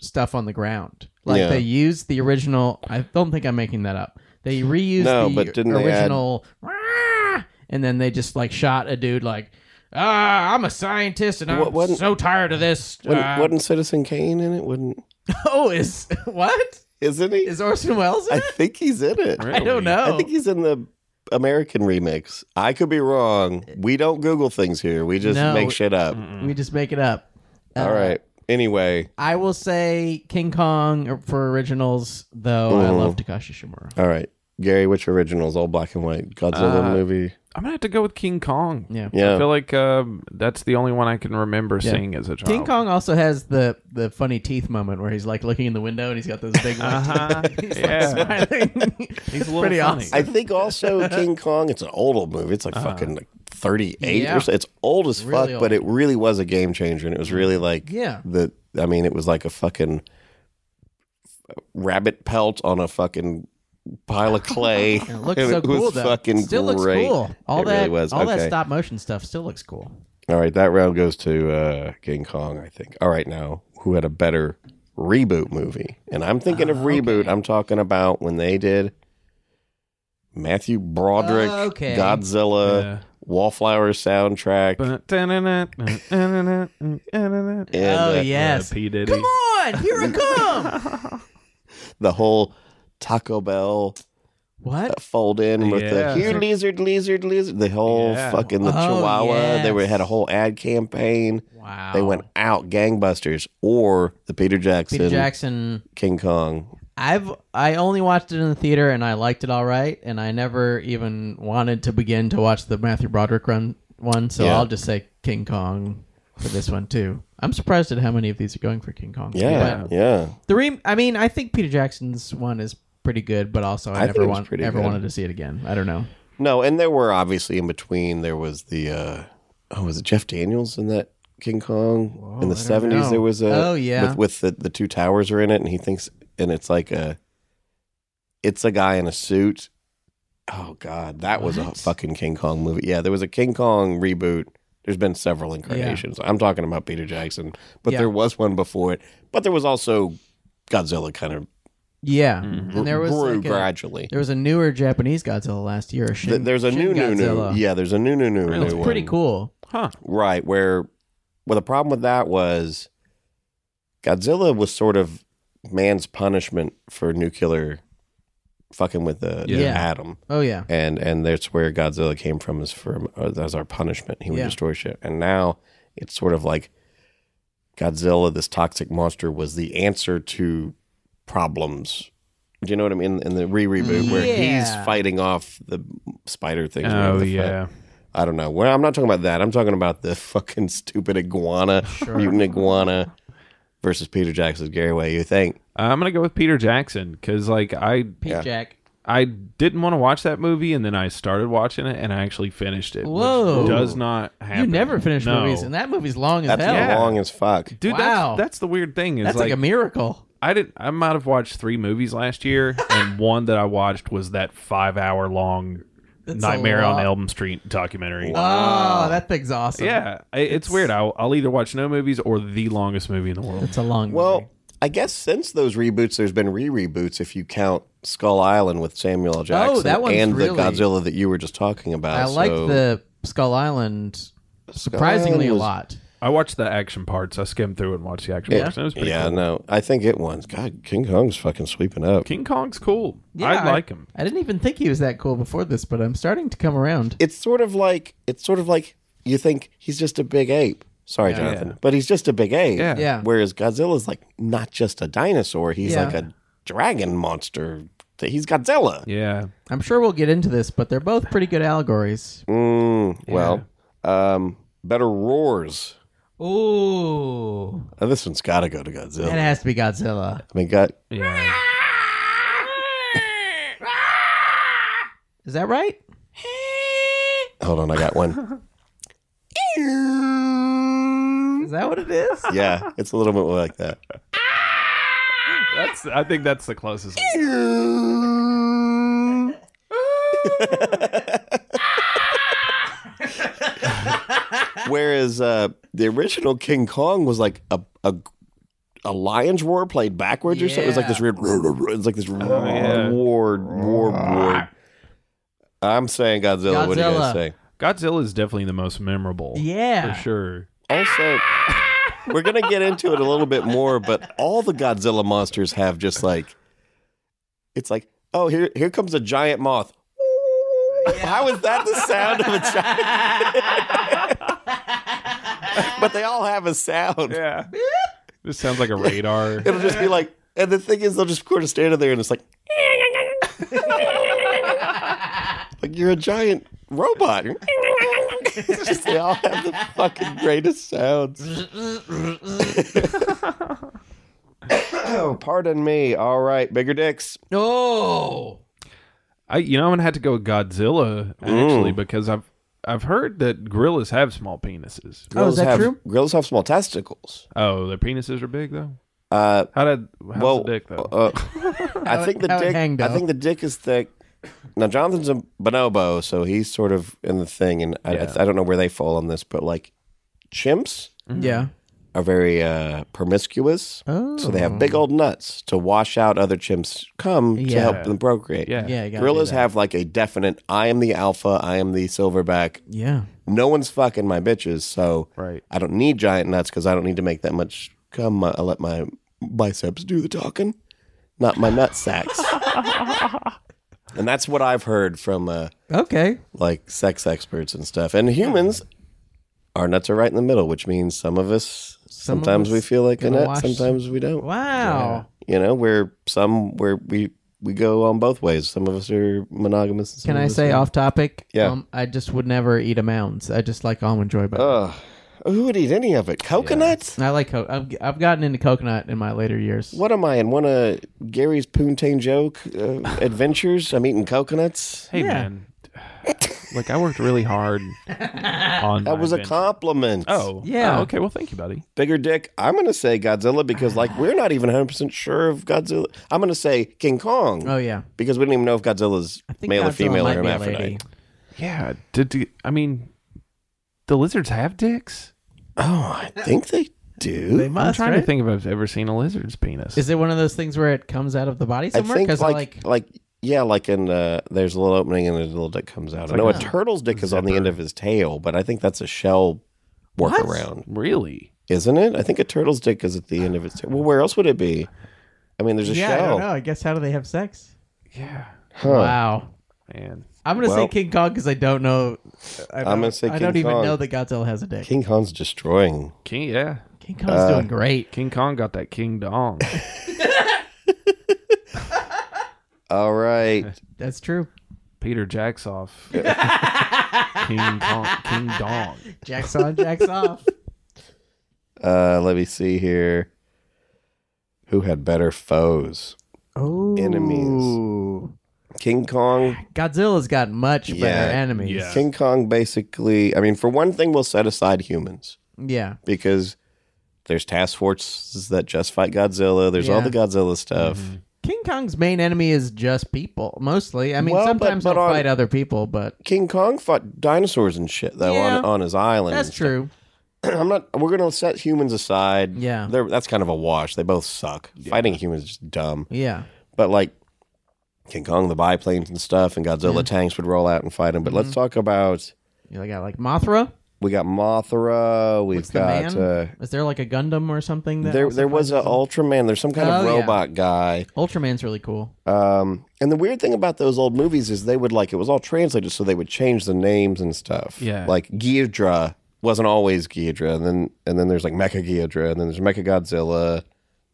[SPEAKER 2] stuff on the ground. Like
[SPEAKER 4] Yeah.
[SPEAKER 2] they used the original. I don't think I'm making that up. They reused
[SPEAKER 4] No,
[SPEAKER 2] the
[SPEAKER 4] but didn't they add-
[SPEAKER 2] original, "Rah!" and then they just like shot a dude like, ah, I'm a scientist and I'm
[SPEAKER 4] What- wasn't-
[SPEAKER 2] so tired of this.
[SPEAKER 4] Wouldn't,
[SPEAKER 2] uh,
[SPEAKER 4] wasn't Citizen Kane in it? Wouldn't
[SPEAKER 2] oh, is what
[SPEAKER 4] isn't he?
[SPEAKER 2] is Orson Welles? In
[SPEAKER 4] I
[SPEAKER 2] it?
[SPEAKER 4] think he's in it.
[SPEAKER 2] I don't know.
[SPEAKER 3] Oh.
[SPEAKER 4] I think he's in the American remix. I could be wrong. We don't Google things here. We just
[SPEAKER 2] No.
[SPEAKER 4] make shit up.
[SPEAKER 2] we just make it up.
[SPEAKER 4] All right. Anyway,
[SPEAKER 2] I will say King Kong for originals, though I love
[SPEAKER 4] Mm.
[SPEAKER 2] Takashi Shimura.
[SPEAKER 4] all right, Gary, which originals? All black and white Godzilla
[SPEAKER 3] Uh,
[SPEAKER 4] movie.
[SPEAKER 3] I'm gonna have to go with King Kong.
[SPEAKER 2] Yeah.
[SPEAKER 4] Yeah.
[SPEAKER 3] I feel like um, that's the only one I can remember seeing as a child.
[SPEAKER 2] King Kong also has the the funny teeth moment where he's like looking in the window and he's got those big white
[SPEAKER 3] Uh-huh.
[SPEAKER 2] teeth. he's
[SPEAKER 3] Yeah.
[SPEAKER 2] like smiling.
[SPEAKER 3] He's a little
[SPEAKER 2] pretty
[SPEAKER 3] funny.
[SPEAKER 2] awesome.
[SPEAKER 4] I think also King Kong. It's an old old movie. It's like fucking like thirty eight
[SPEAKER 2] Uh-huh. Yeah.
[SPEAKER 4] or so. It's old as fuck,
[SPEAKER 2] Really
[SPEAKER 4] but it really was a game changer, and it was really like
[SPEAKER 2] Yeah.
[SPEAKER 4] The I mean, it was like a fucking rabbit pelt on a fucking pile of clay.
[SPEAKER 2] And it looks
[SPEAKER 4] And
[SPEAKER 2] so
[SPEAKER 4] it was
[SPEAKER 2] cool though.
[SPEAKER 4] fucking
[SPEAKER 2] still looks
[SPEAKER 4] great.
[SPEAKER 2] cool. All
[SPEAKER 4] It
[SPEAKER 2] that
[SPEAKER 4] really was.
[SPEAKER 2] all that
[SPEAKER 4] Okay.
[SPEAKER 2] stop motion stuff still looks cool.
[SPEAKER 4] All right, that round goes to uh, King Kong, I think. All right, now who had a better reboot movie? And I'm thinking
[SPEAKER 2] Ah,
[SPEAKER 4] of reboot. I'm talking about when they did Matthew Broderick,
[SPEAKER 2] Ah, Okay.
[SPEAKER 4] Godzilla,
[SPEAKER 3] Yeah.
[SPEAKER 4] Wallflower soundtrack.
[SPEAKER 3] But- da-na-na, da-na-na, da-na-na.
[SPEAKER 4] and,
[SPEAKER 2] oh
[SPEAKER 4] uh,
[SPEAKER 2] yes.
[SPEAKER 3] Uh, P Diddy.
[SPEAKER 2] Come on, here it comes.
[SPEAKER 4] the whole Taco Bell
[SPEAKER 2] what?
[SPEAKER 4] fold in with
[SPEAKER 3] Yeah.
[SPEAKER 4] the here lizard, lizard, lizard. The whole
[SPEAKER 3] Yeah.
[SPEAKER 4] fucking the
[SPEAKER 2] Oh,
[SPEAKER 4] Chihuahua. They were,
[SPEAKER 2] yes.
[SPEAKER 4] had a whole ad campaign.
[SPEAKER 2] Wow.
[SPEAKER 4] They went out gangbusters or the Peter Jackson,
[SPEAKER 2] Peter Jackson.
[SPEAKER 4] King Kong.
[SPEAKER 2] I've I only watched it in the theater and I liked it all right, and I never even wanted to begin to watch the Matthew Broderick run one, so
[SPEAKER 4] Yeah.
[SPEAKER 2] I'll just say King Kong for this one too. I'm surprised at how many of these are going for King Kong.
[SPEAKER 4] Yeah, yeah.
[SPEAKER 2] But the re- I mean, I think Peter Jackson's one is pretty good, but also I,
[SPEAKER 4] I think
[SPEAKER 2] never
[SPEAKER 4] it was
[SPEAKER 2] want
[SPEAKER 4] pretty
[SPEAKER 2] ever
[SPEAKER 4] good.
[SPEAKER 2] wanted to see it again. I don't know.
[SPEAKER 4] No, and there were obviously in between. There was the uh, oh, was it Jeff Daniels in that King Kong in the seventies?
[SPEAKER 2] Oh, know.
[SPEAKER 4] There was a
[SPEAKER 2] Oh, yeah.
[SPEAKER 4] with, with the the two towers are in it, and he thinks, and it's like a, it's a guy in a suit. Oh God, that was a
[SPEAKER 2] What?
[SPEAKER 4] fucking King Kong movie. Yeah, there was a King Kong reboot. There's been several incarnations. I'm talking about Peter Jackson, but
[SPEAKER 2] Yeah.
[SPEAKER 4] there was one before it. But there was also Godzilla kind of
[SPEAKER 2] Yeah,
[SPEAKER 4] Mm-hmm.
[SPEAKER 2] and there was
[SPEAKER 4] grew
[SPEAKER 2] like a,
[SPEAKER 4] gradually.
[SPEAKER 2] there was a newer Japanese Godzilla last year. a Shin,
[SPEAKER 4] Th- there's a
[SPEAKER 2] Shin
[SPEAKER 4] new, new, new.
[SPEAKER 2] Godzilla.
[SPEAKER 4] Yeah, there's a new, new, new,
[SPEAKER 2] it's
[SPEAKER 4] new one.
[SPEAKER 2] pretty cool.
[SPEAKER 3] Huh.
[SPEAKER 4] Right, where well the problem with that was Godzilla was sort of man's punishment for nuclear fucking with the
[SPEAKER 2] Yeah.
[SPEAKER 4] the atom.
[SPEAKER 2] Oh yeah,
[SPEAKER 4] And and that's where Godzilla came from is from uh, as our punishment. He would
[SPEAKER 2] Yeah.
[SPEAKER 4] destroy shit. And now it's sort of like Godzilla, this toxic monster, was the answer to problems. Do you know what I mean? In the re reboot, where he's
[SPEAKER 2] Yeah.
[SPEAKER 4] fighting off the spider things. or whatever
[SPEAKER 3] Oh
[SPEAKER 4] the fuck.
[SPEAKER 3] yeah.
[SPEAKER 4] I don't know. Well, I'm not talking about that. I'm talking about the fucking stupid iguana, mutant iguana versus Peter Jackson's Gary. What do you think?
[SPEAKER 3] I'm gonna go with Peter Jackson because like I
[SPEAKER 2] Pete Jack.
[SPEAKER 3] I didn't want to watch that movie and then I started watching it and I actually finished it. which
[SPEAKER 2] Whoa.
[SPEAKER 3] does not happen.
[SPEAKER 2] You never finish
[SPEAKER 3] No.
[SPEAKER 2] movies, and that movie's long as
[SPEAKER 4] That's
[SPEAKER 2] hell.
[SPEAKER 3] Yeah.
[SPEAKER 4] long as fuck.
[SPEAKER 3] Dude,
[SPEAKER 2] Wow.
[SPEAKER 3] that's, that's the weird thing is
[SPEAKER 2] That's like,
[SPEAKER 3] like,
[SPEAKER 2] a miracle.
[SPEAKER 3] I didn't. I might have watched three movies last year, and one that I watched was that five-hour-long
[SPEAKER 2] That's
[SPEAKER 3] Nightmare
[SPEAKER 2] a
[SPEAKER 3] on
[SPEAKER 2] lot.
[SPEAKER 3] Elm Street documentary.
[SPEAKER 4] Ah.
[SPEAKER 2] Oh, that thing's awesome.
[SPEAKER 3] Yeah, I- it's, weird. I'll, I'll either watch no movies or the longest movie in the world.
[SPEAKER 2] It's a long
[SPEAKER 4] Well,
[SPEAKER 2] movie.
[SPEAKER 4] I guess since those reboots, there's been re reboots if you count Skull Island with Samuel L. Jackson
[SPEAKER 2] Oh, that one's
[SPEAKER 4] and
[SPEAKER 2] really-
[SPEAKER 4] the Godzilla that you were just talking about.
[SPEAKER 2] I like
[SPEAKER 4] so-
[SPEAKER 2] the Skull Island surprisingly
[SPEAKER 4] Island was-
[SPEAKER 2] a lot.
[SPEAKER 3] I watched the action parts. I skimmed through it and watched the action parts. and it was pretty
[SPEAKER 4] Yeah,
[SPEAKER 3] cool.
[SPEAKER 4] no, I think it won. God, King Kong's fucking sweeping up.
[SPEAKER 3] King Kong's cool.
[SPEAKER 2] Yeah,
[SPEAKER 3] I like him.
[SPEAKER 2] I didn't even think he was that cool before this, but I'm starting to come around.
[SPEAKER 4] it's sort of like it's sort of like you think he's just a big ape. Sorry, Jonathan, but he's just a big ape.
[SPEAKER 3] Yeah.
[SPEAKER 2] Yeah.
[SPEAKER 4] Whereas Godzilla's like not just a dinosaur; he's
[SPEAKER 2] Yeah.
[SPEAKER 4] like a dragon monster. He's Godzilla.
[SPEAKER 3] Yeah,
[SPEAKER 2] I'm sure we'll get into this, but they're both pretty good allegories.
[SPEAKER 4] Mm, well, um, better roars.
[SPEAKER 2] Ooh,
[SPEAKER 4] Now, this one's got to go to
[SPEAKER 2] it
[SPEAKER 4] Godzilla. I
[SPEAKER 2] has to be Godzilla.
[SPEAKER 4] mean, God,
[SPEAKER 3] yeah.
[SPEAKER 2] Is that right?
[SPEAKER 4] hold on, I got one.
[SPEAKER 2] Is that what it is?
[SPEAKER 4] yeah, it's a little bit like that.
[SPEAKER 3] That's. I think that's the closest. one.
[SPEAKER 4] Whereas uh, the original King Kong was like a a, a lion's roar played backwards or something. It was like this weird. It's like this
[SPEAKER 3] yeah.
[SPEAKER 4] roar, roar, roar. I'm saying Godzilla. What do you
[SPEAKER 2] Godzilla.
[SPEAKER 4] guys say?
[SPEAKER 3] Godzilla is definitely the most memorable.
[SPEAKER 2] Yeah.
[SPEAKER 3] for sure.
[SPEAKER 4] Also, we're gonna get into it a little bit more, but all the Godzilla monsters have just like it's like, oh, here here comes a giant moth. How is that the sound of a giant? but they all have a sound.
[SPEAKER 3] Yeah. This sounds like a radar.
[SPEAKER 4] It'll just be like, and the thing is, they'll just sort of stand there and it's like, like you're a giant robot. It's just they all have the fucking greatest sounds. oh, pardon me. All right, bigger dicks. Oh.
[SPEAKER 2] No.
[SPEAKER 3] I, you know, I'm gonna have to go with Godzilla actually because I've I've heard that gorillas have small penises.
[SPEAKER 2] Oh, is that
[SPEAKER 4] have,
[SPEAKER 2] true?
[SPEAKER 4] Gorillas have small testicles.
[SPEAKER 3] Oh, their penises are big though.
[SPEAKER 4] Uh,
[SPEAKER 3] How did how's
[SPEAKER 4] well,
[SPEAKER 3] the dick though?
[SPEAKER 4] uh, I think the
[SPEAKER 2] how it
[SPEAKER 4] dick.
[SPEAKER 2] hanged
[SPEAKER 4] I
[SPEAKER 2] out.
[SPEAKER 4] think the dick is thick. Now Jonathan's a bonobo, so he's sort of in the thing, and I, I, I don't know where they fall on this, but like chimps
[SPEAKER 2] Yeah.
[SPEAKER 4] are very uh, promiscuous, so they have big old nuts to wash out other chimps' cum to
[SPEAKER 2] Oh. Yeah.
[SPEAKER 4] help them procreate.
[SPEAKER 3] yeah.
[SPEAKER 2] Yeah. You gotta do
[SPEAKER 4] Gorillas
[SPEAKER 2] that.
[SPEAKER 4] have like a definite. I am the alpha. I am the silverback.
[SPEAKER 2] Yeah.
[SPEAKER 4] No one's fucking my bitches, so
[SPEAKER 3] Right.
[SPEAKER 4] I don't need giant nuts because I don't need to make that much cum. I let my biceps do the talking, not my nut sacks. and that's what I've heard from uh,
[SPEAKER 2] Okay.
[SPEAKER 4] like sex experts and stuff. And humans, our nuts are right in the middle, which means some of us
[SPEAKER 2] Some of
[SPEAKER 4] sometimes
[SPEAKER 2] us
[SPEAKER 4] we feel like a
[SPEAKER 2] gonna
[SPEAKER 4] nut,
[SPEAKER 2] wash-
[SPEAKER 4] sometimes we don't.
[SPEAKER 2] Wow.
[SPEAKER 4] You know, we're some where we we go on both ways. Some of us are monogamous. And some
[SPEAKER 2] Can
[SPEAKER 4] of
[SPEAKER 2] I
[SPEAKER 4] us
[SPEAKER 2] say
[SPEAKER 4] are-
[SPEAKER 2] off topic? Um,
[SPEAKER 4] Yeah.
[SPEAKER 2] I just would never eat a mounds. I just like almond joy better.
[SPEAKER 4] Ugh. Who would eat any of it? Coconuts?
[SPEAKER 2] I like. Co- I've, I've gotten into coconut in my later years.
[SPEAKER 4] What am I in one of Gary's Poontang joke uh, adventures? I'm eating coconuts.
[SPEAKER 3] Hey man, like I worked really hard on
[SPEAKER 4] That
[SPEAKER 3] my
[SPEAKER 4] was a
[SPEAKER 3] invention.
[SPEAKER 4] compliment.
[SPEAKER 3] Oh
[SPEAKER 2] Yeah.
[SPEAKER 3] Oh, okay, well thank you, buddy.
[SPEAKER 4] bigger dick. I'm gonna say Godzilla because like we're not even 100 percent sure of Godzilla. I'm gonna say King Kong
[SPEAKER 2] Oh yeah.
[SPEAKER 4] because we don't even know if Godzilla's
[SPEAKER 2] I think
[SPEAKER 4] male or
[SPEAKER 2] Godzilla
[SPEAKER 4] female
[SPEAKER 2] might
[SPEAKER 4] or
[SPEAKER 2] be a lady.
[SPEAKER 4] hermaphrodite.
[SPEAKER 3] Yeah. Did, did I mean the lizards have dicks?
[SPEAKER 4] Oh, I think they do.
[SPEAKER 2] They must.
[SPEAKER 3] I'm trying
[SPEAKER 2] right?
[SPEAKER 3] to think if I've ever seen a lizard's penis.
[SPEAKER 2] Is it one of those things where it comes out of the body
[SPEAKER 4] I
[SPEAKER 2] somewhere?
[SPEAKER 4] think like,
[SPEAKER 2] I
[SPEAKER 4] like yeah, like in uh, there's a little opening and a little dick comes out. I
[SPEAKER 3] like
[SPEAKER 4] know a
[SPEAKER 3] a
[SPEAKER 4] turtle's dick is on the
[SPEAKER 3] zipper.
[SPEAKER 4] end of his tail, but I think that's a shell workaround,
[SPEAKER 3] really?
[SPEAKER 4] isn't it? I think a turtle's dick is at the end of its tail. Well, where else would it be? I mean, there's a
[SPEAKER 2] yeah, I
[SPEAKER 4] shell.
[SPEAKER 2] don't know. I guess how do they have sex?
[SPEAKER 3] Yeah.
[SPEAKER 4] Huh.
[SPEAKER 2] Wow.
[SPEAKER 3] Man.
[SPEAKER 2] I'm gonna
[SPEAKER 4] Well-
[SPEAKER 2] say King Kong because I don't know. I don't,
[SPEAKER 4] I'm gonna say
[SPEAKER 2] I
[SPEAKER 4] King
[SPEAKER 2] don't even
[SPEAKER 4] Kong.
[SPEAKER 2] know that Godzilla has a dick. King,
[SPEAKER 4] King uh, Kong's destroying.
[SPEAKER 3] King yeah.
[SPEAKER 2] Kong's doing great.
[SPEAKER 3] King Kong got that King Dong.
[SPEAKER 4] All right.
[SPEAKER 2] That's true.
[SPEAKER 3] Peter jacks off. King Kong, King Dong.
[SPEAKER 2] Jacks on, jacks off.
[SPEAKER 4] Uh, let me see here. Who had better foes?
[SPEAKER 2] Oh,
[SPEAKER 4] Enemies. King Kong.
[SPEAKER 2] Godzilla's got much better
[SPEAKER 4] Yeah.
[SPEAKER 2] enemies.
[SPEAKER 3] Yeah.
[SPEAKER 4] King Kong basically, I mean, for one thing, we'll set aside humans
[SPEAKER 2] Yeah.
[SPEAKER 4] because there's task forces that just fight Godzilla. There's all
[SPEAKER 2] Yeah. Mm-hmm.
[SPEAKER 4] the Godzilla stuff.
[SPEAKER 2] King Kong's main enemy is just people, mostly. I mean,
[SPEAKER 4] Well, but-
[SPEAKER 2] sometimes
[SPEAKER 4] but
[SPEAKER 2] they'll
[SPEAKER 4] on-
[SPEAKER 2] fight other people, but
[SPEAKER 4] King Kong fought dinosaurs and shit though on,
[SPEAKER 2] Yeah.
[SPEAKER 4] on his island.
[SPEAKER 2] that's true.
[SPEAKER 4] I'm not. We're gonna set humans aside.
[SPEAKER 2] Yeah.
[SPEAKER 4] They're, that's kind of a wash. They both suck. Fighting humans is just dumb.
[SPEAKER 2] Yeah.
[SPEAKER 4] But like King Kong, the biplanes and stuff, and Godzilla tanks would roll out and fight him. But
[SPEAKER 2] Mm-hmm.
[SPEAKER 4] let's talk about
[SPEAKER 2] You got like Mothra.
[SPEAKER 4] we got Mothra. We've
[SPEAKER 2] What's the
[SPEAKER 4] got uh,
[SPEAKER 2] man? Is there like a Gundam or something? That
[SPEAKER 4] there.
[SPEAKER 2] also
[SPEAKER 4] There was an
[SPEAKER 2] fights
[SPEAKER 4] Ultraman. There's some kind of
[SPEAKER 2] Oh, yeah.
[SPEAKER 4] robot guy.
[SPEAKER 2] them? Ultraman's really cool.
[SPEAKER 4] Um, and the weird thing about those old movies is they would like it was all translated, so they would change the names and stuff.
[SPEAKER 3] Yeah.
[SPEAKER 4] like Ghidra wasn't always Ghidra, and then and then there's like Mecha Ghidra, and then there's Mecha Godzilla,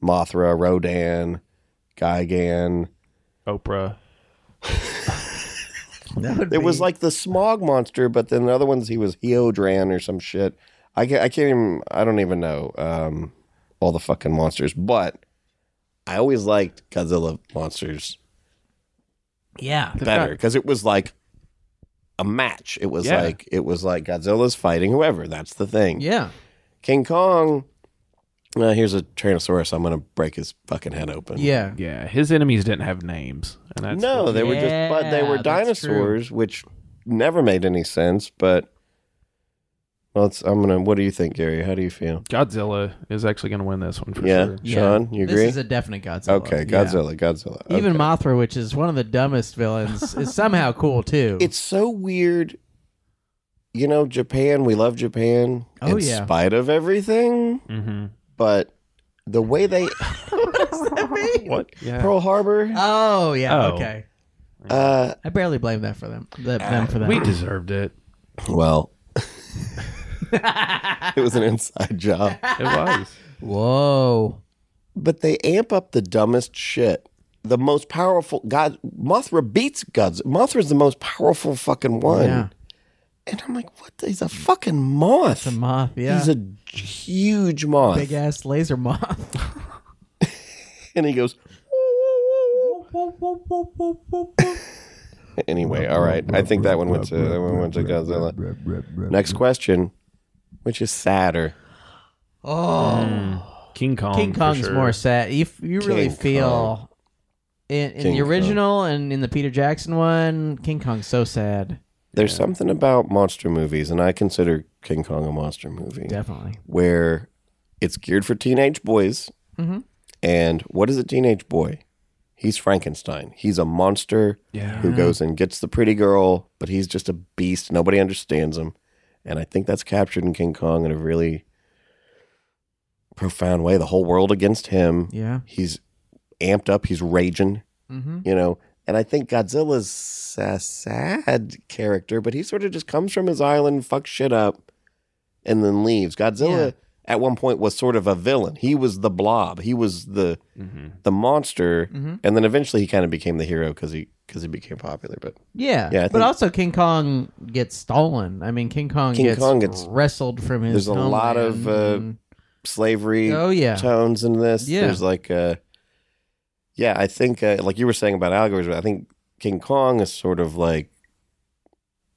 [SPEAKER 4] Mothra, Rodan, Gigan.
[SPEAKER 3] Oprah.
[SPEAKER 2] That would
[SPEAKER 4] It
[SPEAKER 2] be-
[SPEAKER 4] was like the smog monster, but then the other ones he was Heodran or some shit. I can't, I can't even. I don't even know um, all the fucking monsters, but I always liked Godzilla monsters
[SPEAKER 2] yeah.
[SPEAKER 4] better because it was like a match. It was
[SPEAKER 3] Yeah.
[SPEAKER 4] like it was like Godzilla's fighting whoever. That's the thing.
[SPEAKER 2] Yeah.
[SPEAKER 4] King Kong. Uh, here's a Tyrannosaurus. I'm gonna break his fucking head open.
[SPEAKER 2] Yeah.
[SPEAKER 3] Yeah, his enemies didn't have names, and that's
[SPEAKER 4] no, they were just, but they were
[SPEAKER 2] Yeah, that's true.
[SPEAKER 4] dinosaurs, which never made any sense. But well, it's, I'm gonna. What do you think, Gary? How do you feel?
[SPEAKER 3] Godzilla is actually going to win this one for
[SPEAKER 4] Yeah,
[SPEAKER 3] sure.
[SPEAKER 4] Sean, you agree?
[SPEAKER 2] This is a definite Godzilla.
[SPEAKER 4] okay,
[SPEAKER 2] Yeah.
[SPEAKER 4] Godzilla, Godzilla.
[SPEAKER 2] Even
[SPEAKER 4] okay.
[SPEAKER 2] Mothra, which is one of the dumbest villains, is somehow cool too.
[SPEAKER 4] it's so weird. You know, Japan. We love Japan
[SPEAKER 2] Oh,
[SPEAKER 4] in
[SPEAKER 2] yeah.
[SPEAKER 4] spite of everything.
[SPEAKER 3] Mm-hmm.
[SPEAKER 4] but the way they
[SPEAKER 3] What? Yeah.
[SPEAKER 4] Pearl Harbor,
[SPEAKER 2] oh yeah,
[SPEAKER 3] Oh.
[SPEAKER 2] okay.
[SPEAKER 4] uh,
[SPEAKER 2] I barely blame that for them. That, them for that.
[SPEAKER 3] we deserved it.
[SPEAKER 4] well, it was an inside job.
[SPEAKER 3] It was.
[SPEAKER 2] Whoa.
[SPEAKER 4] but they amp up the dumbest shit. The most powerful God Mothra beats Gods. Mothra's the most powerful fucking one.
[SPEAKER 2] Yeah.
[SPEAKER 4] And I'm like, what? the- He's a fucking
[SPEAKER 2] It's
[SPEAKER 4] moth.
[SPEAKER 2] a moth. Yeah.
[SPEAKER 4] He's a huge moth.
[SPEAKER 2] big ass laser moth.
[SPEAKER 4] and he goes. anyway, all right. I think that one went to that one went to Godzilla. Next question, which is sadder.
[SPEAKER 3] King Kong.
[SPEAKER 2] Oh, King
[SPEAKER 3] for
[SPEAKER 2] Kong's
[SPEAKER 3] sure.
[SPEAKER 2] more sad. You, f- you really
[SPEAKER 4] Mm. King
[SPEAKER 2] feel in, in
[SPEAKER 4] King
[SPEAKER 2] the
[SPEAKER 4] Kong.
[SPEAKER 2] original and in the Peter Jackson one, King Kong's so sad.
[SPEAKER 4] There's something about monster movies, and I consider King Kong a monster movie.
[SPEAKER 2] Definitely.
[SPEAKER 4] where it's geared for teenage boys. And what is a teenage boy? He's Frankenstein. He's a monster who goes and gets the pretty girl, but he's just a beast. Nobody understands him. And I think that's captured in King Kong in a really profound way. The whole world against him.
[SPEAKER 2] Yeah.
[SPEAKER 4] He's amped up, he's raging,
[SPEAKER 2] Mm-hmm.
[SPEAKER 4] you know. And I think Godzilla's a sad character, but he sort of just comes from his island, fucks shit up, and then leaves. Godzilla
[SPEAKER 2] Yeah.
[SPEAKER 4] at one point was sort of a villain. He was the blob. He was the
[SPEAKER 3] Mm-hmm.
[SPEAKER 4] the monster, and then eventually he kind of became the hero because he because he became popular. But
[SPEAKER 2] Yeah.
[SPEAKER 4] Yeah, I
[SPEAKER 2] but
[SPEAKER 4] think-
[SPEAKER 2] also King Kong gets stolen. I mean, King Kong,
[SPEAKER 4] King
[SPEAKER 2] gets,
[SPEAKER 4] Kong gets-
[SPEAKER 2] wrestled from his
[SPEAKER 4] there's a lot of,
[SPEAKER 2] homeland
[SPEAKER 4] uh,
[SPEAKER 2] and-
[SPEAKER 4] slavery
[SPEAKER 2] Oh, yeah.
[SPEAKER 4] tones in this.
[SPEAKER 2] Yeah.
[SPEAKER 4] There's like uh yeah, I think uh, like you were saying about algorithm, I think King Kong is sort of like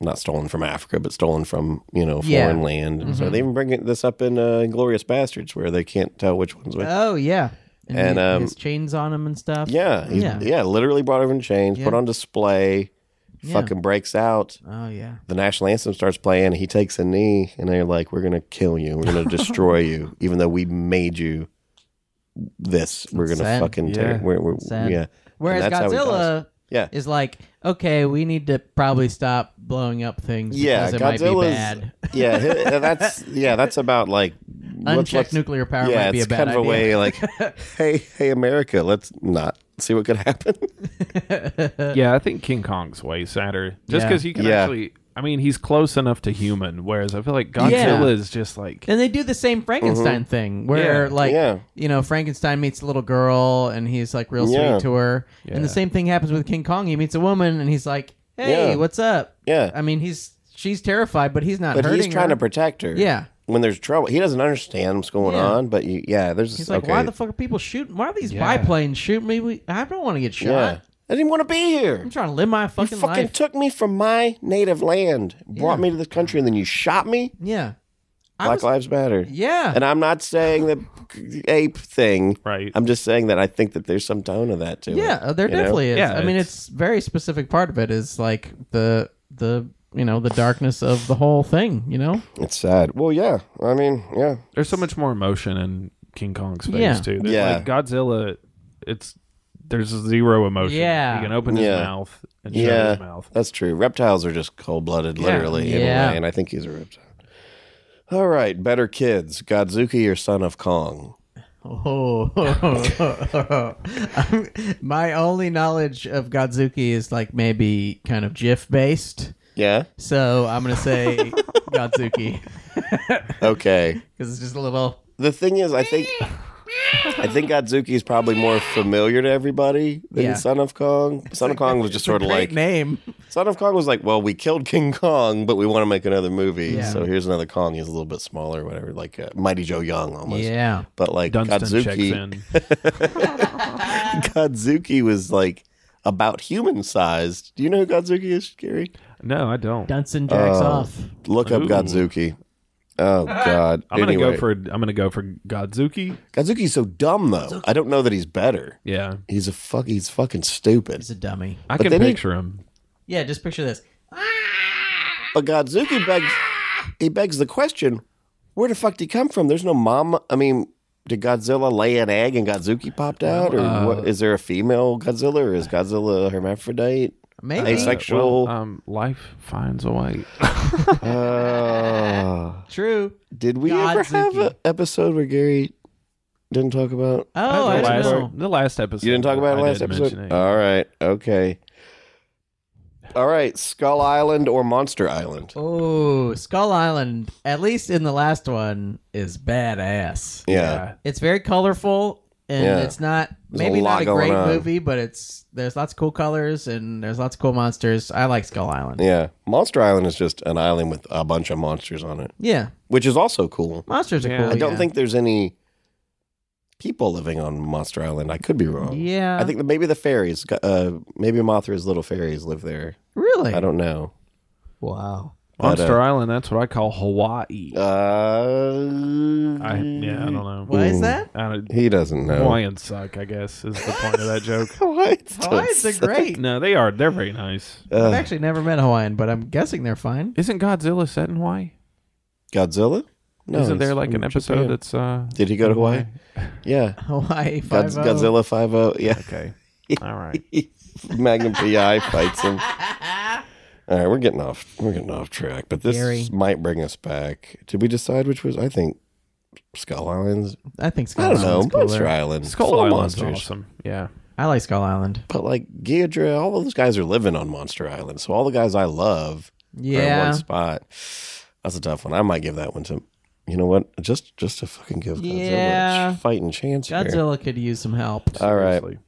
[SPEAKER 4] not stolen from Africa, but stolen from, you know,
[SPEAKER 2] Yeah. Mm-hmm.
[SPEAKER 4] foreign land. And so they even bring it- this up in uh, Inglorious Bastards where they can't tell which one's which.
[SPEAKER 2] Oh yeah,
[SPEAKER 4] And,
[SPEAKER 2] he-
[SPEAKER 4] um,
[SPEAKER 2] his chains on him and stuff.
[SPEAKER 4] yeah, he's-
[SPEAKER 2] yeah.
[SPEAKER 4] yeah. literally brought over in chains,
[SPEAKER 2] Yeah.
[SPEAKER 4] put on display,
[SPEAKER 2] Yeah.
[SPEAKER 4] fucking breaks out.
[SPEAKER 2] Oh yeah.
[SPEAKER 4] the national anthem starts playing. He takes a knee, and they're like, "We're gonna kill you. We're gonna destroy you, even though we made you this. We're gonna
[SPEAKER 2] Sad.
[SPEAKER 4] fucking tear.
[SPEAKER 3] Yeah.
[SPEAKER 4] We're, we're,
[SPEAKER 2] Sad.
[SPEAKER 4] yeah."
[SPEAKER 2] Whereas
[SPEAKER 4] And that's how he
[SPEAKER 2] Godzilla
[SPEAKER 4] Yeah.
[SPEAKER 2] is like, okay, we need to probably stop blowing up things
[SPEAKER 4] Yeah,
[SPEAKER 2] because it might be
[SPEAKER 4] Godzilla's-
[SPEAKER 2] bad.
[SPEAKER 4] yeah, hi- that's yeah, that's about like let's-
[SPEAKER 2] Unchecked
[SPEAKER 4] let's-
[SPEAKER 2] nuclear power
[SPEAKER 4] yeah,
[SPEAKER 2] might be
[SPEAKER 4] it's
[SPEAKER 2] a bad
[SPEAKER 4] kind of
[SPEAKER 2] idea.
[SPEAKER 4] a way like, hey, hey, America, let's not see what could happen.
[SPEAKER 3] Yeah, I think King Kong's way sadder. Just
[SPEAKER 2] Uh, Yeah.
[SPEAKER 3] because you can
[SPEAKER 4] Yeah.
[SPEAKER 3] actually, I mean, he's close enough to human. Whereas I feel like Godzilla
[SPEAKER 2] Yeah.
[SPEAKER 3] is just like,
[SPEAKER 2] And they do the same Frankenstein thing where
[SPEAKER 3] Yeah.
[SPEAKER 2] like
[SPEAKER 4] Mm-hmm. Yeah.
[SPEAKER 2] you know, Frankenstein meets a little girl and he's like real
[SPEAKER 4] Yeah.
[SPEAKER 2] sweet to her. And
[SPEAKER 3] Yeah.
[SPEAKER 2] the same thing happens with King Kong. He meets a woman and he's like, Hey,
[SPEAKER 4] Yeah.
[SPEAKER 2] what's up?
[SPEAKER 4] Yeah.
[SPEAKER 2] I mean he's she's terrified, but he's not
[SPEAKER 4] But
[SPEAKER 2] hurting
[SPEAKER 4] he's trying
[SPEAKER 2] her.
[SPEAKER 4] to protect her.
[SPEAKER 2] Yeah.
[SPEAKER 4] When there's trouble, he doesn't understand what's going
[SPEAKER 2] Yeah.
[SPEAKER 4] on. But you, yeah, there's
[SPEAKER 2] He's like,
[SPEAKER 4] okay.
[SPEAKER 2] Why the fuck are people shooting why are these
[SPEAKER 3] Yeah.
[SPEAKER 2] biplanes shooting me? We- I don't want to get shot.
[SPEAKER 4] yeah. I didn't want to be here.
[SPEAKER 2] I'm trying to live my fucking,
[SPEAKER 4] you fucking
[SPEAKER 2] life.
[SPEAKER 4] took me from my native land, brought
[SPEAKER 2] Yeah.
[SPEAKER 4] me to this country, and then you shot me.
[SPEAKER 2] yeah. I
[SPEAKER 4] Black
[SPEAKER 2] was-
[SPEAKER 4] Lives Matter.
[SPEAKER 2] Yeah.
[SPEAKER 4] And I'm not saying the ape thing.
[SPEAKER 3] right.
[SPEAKER 4] I'm just saying that I think that there's some tone of that too.
[SPEAKER 2] Yeah, uh, there
[SPEAKER 4] you know?
[SPEAKER 2] definitely is.
[SPEAKER 3] Yeah,
[SPEAKER 2] I mean,
[SPEAKER 3] it's-
[SPEAKER 2] it's very specific part of it is like the the you know the darkness of the whole thing. You know,
[SPEAKER 4] It's sad. Well, yeah. I mean, yeah.
[SPEAKER 3] There's so much more emotion in King Kong's face
[SPEAKER 2] Yeah.
[SPEAKER 3] too. That,
[SPEAKER 4] Yeah.
[SPEAKER 3] Like Godzilla, it's there's zero emotion.
[SPEAKER 2] Yeah.
[SPEAKER 3] He can open his
[SPEAKER 4] Yeah.
[SPEAKER 3] mouth and shut
[SPEAKER 4] Yeah.
[SPEAKER 3] his mouth.
[SPEAKER 4] That's true. Reptiles are just cold blooded, literally, in a
[SPEAKER 2] Yeah.
[SPEAKER 4] way, And I think he's a reptile. All right. Better kids. Godzuki or Son of Kong?
[SPEAKER 2] Oh, I'm- my only knowledge of Godzuki is like maybe kind of GIF based.
[SPEAKER 4] Yeah.
[SPEAKER 2] So I'm gonna say Godzuki
[SPEAKER 4] Okay.
[SPEAKER 2] because it's just a little.
[SPEAKER 4] the thing is, I think I think Godzuki is probably more familiar to everybody than
[SPEAKER 2] Yeah.
[SPEAKER 4] Son of Kong. Son of Kong was just sort of
[SPEAKER 2] great
[SPEAKER 4] like
[SPEAKER 2] name.
[SPEAKER 4] Son of Kong was like, well, we killed King Kong, but we want to make another movie,
[SPEAKER 2] Yeah.
[SPEAKER 4] so here's another Kong. He's a little bit smaller, whatever, like uh, Mighty Joe Young almost.
[SPEAKER 2] Yeah.
[SPEAKER 4] But like
[SPEAKER 3] Dunstan checks
[SPEAKER 4] Godzuki,
[SPEAKER 3] in.
[SPEAKER 4] Godzuki was like about human sized. Do you know who Godzuki is, Gary?
[SPEAKER 3] No, I don't.
[SPEAKER 2] Dunson jacks
[SPEAKER 4] Oh.
[SPEAKER 2] off.
[SPEAKER 4] Look up
[SPEAKER 3] Ooh.
[SPEAKER 4] Godzuki. Oh God!
[SPEAKER 3] I'm gonna
[SPEAKER 4] anyway,
[SPEAKER 3] go for I'm gonna go for Godzuki.
[SPEAKER 4] Godzuki's so dumb though. I don't know that he's better.
[SPEAKER 3] Yeah,
[SPEAKER 4] He's a fuck. He's fucking stupid.
[SPEAKER 2] He's a dummy.
[SPEAKER 3] I
[SPEAKER 4] But
[SPEAKER 3] can
[SPEAKER 4] then he-
[SPEAKER 3] picture him.
[SPEAKER 2] Yeah, just picture this.
[SPEAKER 4] But Godzuki begs he begs the question, where the fuck did he come from? There's no mom. I mean, did Godzilla lay an egg and Godzuki popped out? Or what, is there a female Godzilla or is Godzilla a hermaphrodite?
[SPEAKER 2] Maybe
[SPEAKER 4] Asexual?
[SPEAKER 3] Uh, Well, um, life finds a way.
[SPEAKER 4] Uh,
[SPEAKER 2] true.
[SPEAKER 4] did we ever have
[SPEAKER 2] Godzuki.
[SPEAKER 4] an episode where Gary didn't talk about?
[SPEAKER 2] Oh, I
[SPEAKER 3] the,
[SPEAKER 2] don't
[SPEAKER 3] last,
[SPEAKER 2] know.
[SPEAKER 3] the last episode.
[SPEAKER 4] You didn't talk about it
[SPEAKER 3] I
[SPEAKER 4] last
[SPEAKER 3] didn't
[SPEAKER 4] episode?
[SPEAKER 3] mention it.
[SPEAKER 4] All right. Okay. All right, Skull Island or Monster Island?
[SPEAKER 2] Oh, Skull Island, at least in the last one, is badass.
[SPEAKER 4] Yeah.
[SPEAKER 2] It's very colorful, and
[SPEAKER 4] Yeah.
[SPEAKER 2] it's not
[SPEAKER 4] There's a
[SPEAKER 2] maybe
[SPEAKER 4] lot
[SPEAKER 2] not a
[SPEAKER 4] going
[SPEAKER 2] great
[SPEAKER 4] on.
[SPEAKER 2] movie, but it's there's lots of cool colors and there's lots of cool monsters. I like Skull Island.
[SPEAKER 4] yeah, Monster Island is just an island with a bunch of monsters on it,
[SPEAKER 2] Yeah,
[SPEAKER 4] which is also cool.
[SPEAKER 2] monsters are
[SPEAKER 3] Yeah.
[SPEAKER 2] cool.
[SPEAKER 4] I don't
[SPEAKER 2] Oh, yeah.
[SPEAKER 4] think there's any people living on Monster Island. I could be wrong.
[SPEAKER 2] Yeah,
[SPEAKER 4] I think that maybe the fairies, uh, maybe Mothra's little fairies live there.
[SPEAKER 2] really.
[SPEAKER 4] I don't know.
[SPEAKER 2] wow.
[SPEAKER 4] But, uh,
[SPEAKER 3] Monster Island, that's what I call Hawaii.
[SPEAKER 4] Uh,
[SPEAKER 3] I, yeah, I don't know.
[SPEAKER 2] Why is that?
[SPEAKER 3] I don't,
[SPEAKER 4] He doesn't know.
[SPEAKER 3] Hawaiians suck, I guess, is the point of that joke.
[SPEAKER 4] Hawaiians don't
[SPEAKER 2] Hawaiians are
[SPEAKER 4] suck.
[SPEAKER 2] great.
[SPEAKER 3] No, they are. They're very nice.
[SPEAKER 2] I've
[SPEAKER 4] Uh,
[SPEAKER 2] actually never met a Hawaiian, but I'm guessing they're fine.
[SPEAKER 3] Isn't Godzilla set in Hawaii?
[SPEAKER 4] Godzilla?
[SPEAKER 3] Isn't
[SPEAKER 4] he's
[SPEAKER 3] there like an
[SPEAKER 4] from
[SPEAKER 3] episode
[SPEAKER 4] Japan.
[SPEAKER 3] that's uh
[SPEAKER 4] Did he go to Hawaii? Yeah.
[SPEAKER 2] Hawaii, oh.
[SPEAKER 4] God,
[SPEAKER 2] 5
[SPEAKER 4] Godzilla 5 Yeah.
[SPEAKER 3] Okay. All right.
[SPEAKER 4] Magnum PI fights him. All right, we're getting off. We're getting off track, but this
[SPEAKER 2] Gary.
[SPEAKER 4] might bring us back. Did we decide which was? I think Skull Islands.
[SPEAKER 2] I think Skull
[SPEAKER 4] I don't know.
[SPEAKER 2] Island's
[SPEAKER 4] Monster
[SPEAKER 2] cooler.
[SPEAKER 4] Island.
[SPEAKER 3] Skull
[SPEAKER 4] Full of
[SPEAKER 3] Island's awesome. Yeah.
[SPEAKER 2] I like Skull Island.
[SPEAKER 4] But like Ghidra, all of those guys are living on Monster Island. So all the guys I love are in
[SPEAKER 2] Yeah.
[SPEAKER 4] one spot. That's a tough one. I might give that one to. You know what? Just just to fucking give Godzilla
[SPEAKER 2] Yeah.
[SPEAKER 4] a ch- fighting chance. here.
[SPEAKER 2] Godzilla could use some help.
[SPEAKER 4] All right,
[SPEAKER 3] Seriously.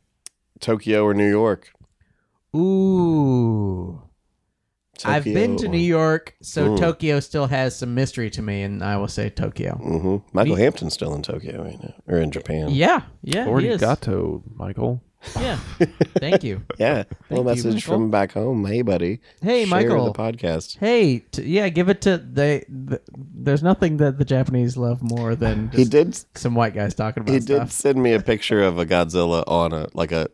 [SPEAKER 4] Tokyo or New York?
[SPEAKER 2] Ooh. I've been to
[SPEAKER 4] Tokyo Mm.
[SPEAKER 2] New York, so
[SPEAKER 4] Ooh.
[SPEAKER 2] Tokyo still has some mystery to me, and I will say Tokyo.
[SPEAKER 4] hmm Michael
[SPEAKER 2] Me-
[SPEAKER 4] Hampton's still in Tokyo right now, or in Japan.
[SPEAKER 2] Yeah, yeah, he
[SPEAKER 3] Already
[SPEAKER 2] is.
[SPEAKER 3] got to Michael.
[SPEAKER 2] yeah. Thank you.
[SPEAKER 4] Yeah.
[SPEAKER 2] Thank you,
[SPEAKER 4] Little message
[SPEAKER 2] Michael.
[SPEAKER 4] from back home. Hey, buddy.
[SPEAKER 2] Hey,
[SPEAKER 4] Share
[SPEAKER 2] Michael.
[SPEAKER 4] the podcast.
[SPEAKER 2] Hey, t- yeah, give it to they. Th- there's nothing that the Japanese love more than
[SPEAKER 4] He
[SPEAKER 2] just
[SPEAKER 4] did.
[SPEAKER 2] some white guys talking about
[SPEAKER 4] He did
[SPEAKER 2] stuff.
[SPEAKER 4] send me a picture of a Godzilla on a like a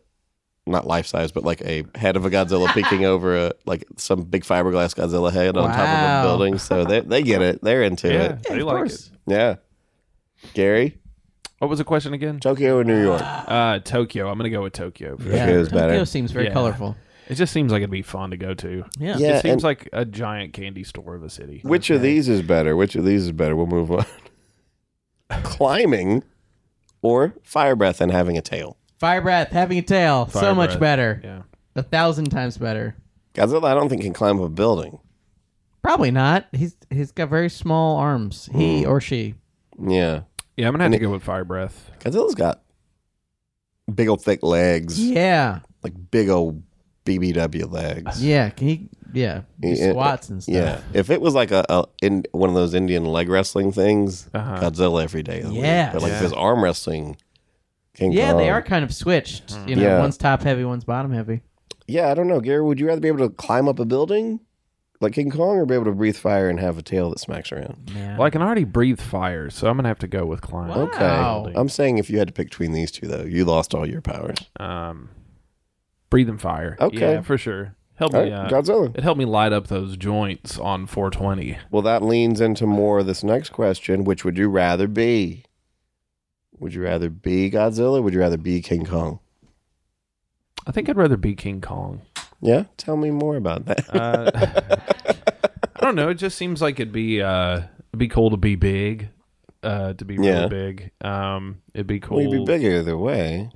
[SPEAKER 4] not life size, but like a head of a Godzilla peeking over a like some big fiberglass Godzilla head on top
[SPEAKER 2] Wow.
[SPEAKER 4] of a building. So they they get it. They're into
[SPEAKER 3] Yeah,
[SPEAKER 4] it.
[SPEAKER 3] they
[SPEAKER 2] of
[SPEAKER 3] like
[SPEAKER 2] course.
[SPEAKER 3] it.
[SPEAKER 4] Yeah. Gary,
[SPEAKER 3] What was the question again?
[SPEAKER 4] Tokyo or New York?
[SPEAKER 2] Ah,
[SPEAKER 3] Uh, Tokyo. I'm gonna go with Tokyo. for
[SPEAKER 2] Yeah,
[SPEAKER 3] sure.
[SPEAKER 4] Tokyo's
[SPEAKER 2] Tokyo
[SPEAKER 4] better.
[SPEAKER 2] seems very
[SPEAKER 3] Yeah.
[SPEAKER 2] colorful.
[SPEAKER 3] It just seems like it'd be fun to go to.
[SPEAKER 2] Yeah.
[SPEAKER 4] Yeah.
[SPEAKER 3] it seems
[SPEAKER 4] and-
[SPEAKER 3] like a giant candy store of a city.
[SPEAKER 4] Which of these is better? Which of these is better? We'll move on. Climbing or fire breath and having a tail.
[SPEAKER 2] Fire breath, having a tail, so
[SPEAKER 3] Fire
[SPEAKER 2] much
[SPEAKER 3] breath.
[SPEAKER 2] better,
[SPEAKER 3] Yeah.
[SPEAKER 2] a thousand times better.
[SPEAKER 4] Godzilla, I don't think can climb a building.
[SPEAKER 2] Probably not. He's he's got very small arms. He
[SPEAKER 4] Hmm.
[SPEAKER 2] or she.
[SPEAKER 4] Yeah.
[SPEAKER 3] Yeah, I'm gonna have to go with fire breath.
[SPEAKER 4] Godzilla's got big old thick legs,
[SPEAKER 2] Yeah.
[SPEAKER 4] like big old BBW legs.
[SPEAKER 2] Yeah. Can he? Yeah. do
[SPEAKER 4] Yeah.
[SPEAKER 2] Squats and stuff.
[SPEAKER 4] Yeah, if it was like a, a in one of those Indian leg wrestling things,
[SPEAKER 3] Uh-huh.
[SPEAKER 4] Godzilla every day. of the week.
[SPEAKER 2] Yeah.
[SPEAKER 4] but like
[SPEAKER 3] Yeah.
[SPEAKER 4] if it's arm wrestling, King
[SPEAKER 2] Yeah, they
[SPEAKER 4] Kong.
[SPEAKER 2] are kind of switched. You know,
[SPEAKER 4] Yeah.
[SPEAKER 2] one's top heavy, one's bottom heavy.
[SPEAKER 4] Yeah, I don't know, Gary. Would you rather be able to climb up a building like King Kong, or be able to breathe fire and have a tail that smacks around?
[SPEAKER 3] Well, I can already breathe fire, so I'm gonna have to go with climb.
[SPEAKER 2] Wow.
[SPEAKER 4] Okay, I'm saying if you had to pick between these two, though, you lost all your powers.
[SPEAKER 3] Um, breathing fire.
[SPEAKER 4] Okay.
[SPEAKER 3] Yeah, for sure. Help
[SPEAKER 4] All
[SPEAKER 3] me.
[SPEAKER 4] right,
[SPEAKER 3] Uh,
[SPEAKER 4] Godzilla.
[SPEAKER 3] it helped me light up those joints on 420.
[SPEAKER 4] Well, that leans into more of this next question, which would you rather be? Would you rather be Godzilla? Would you rather be King Kong?
[SPEAKER 3] I think I'd rather be King Kong.
[SPEAKER 4] Yeah, tell me more about that.
[SPEAKER 3] Uh, I don't know. It just seems like it'd be uh, it'd be cool to be big, uh, to be really
[SPEAKER 4] Yeah.
[SPEAKER 3] big. Um, it'd be cool.
[SPEAKER 4] Well, you'd be bigger either way.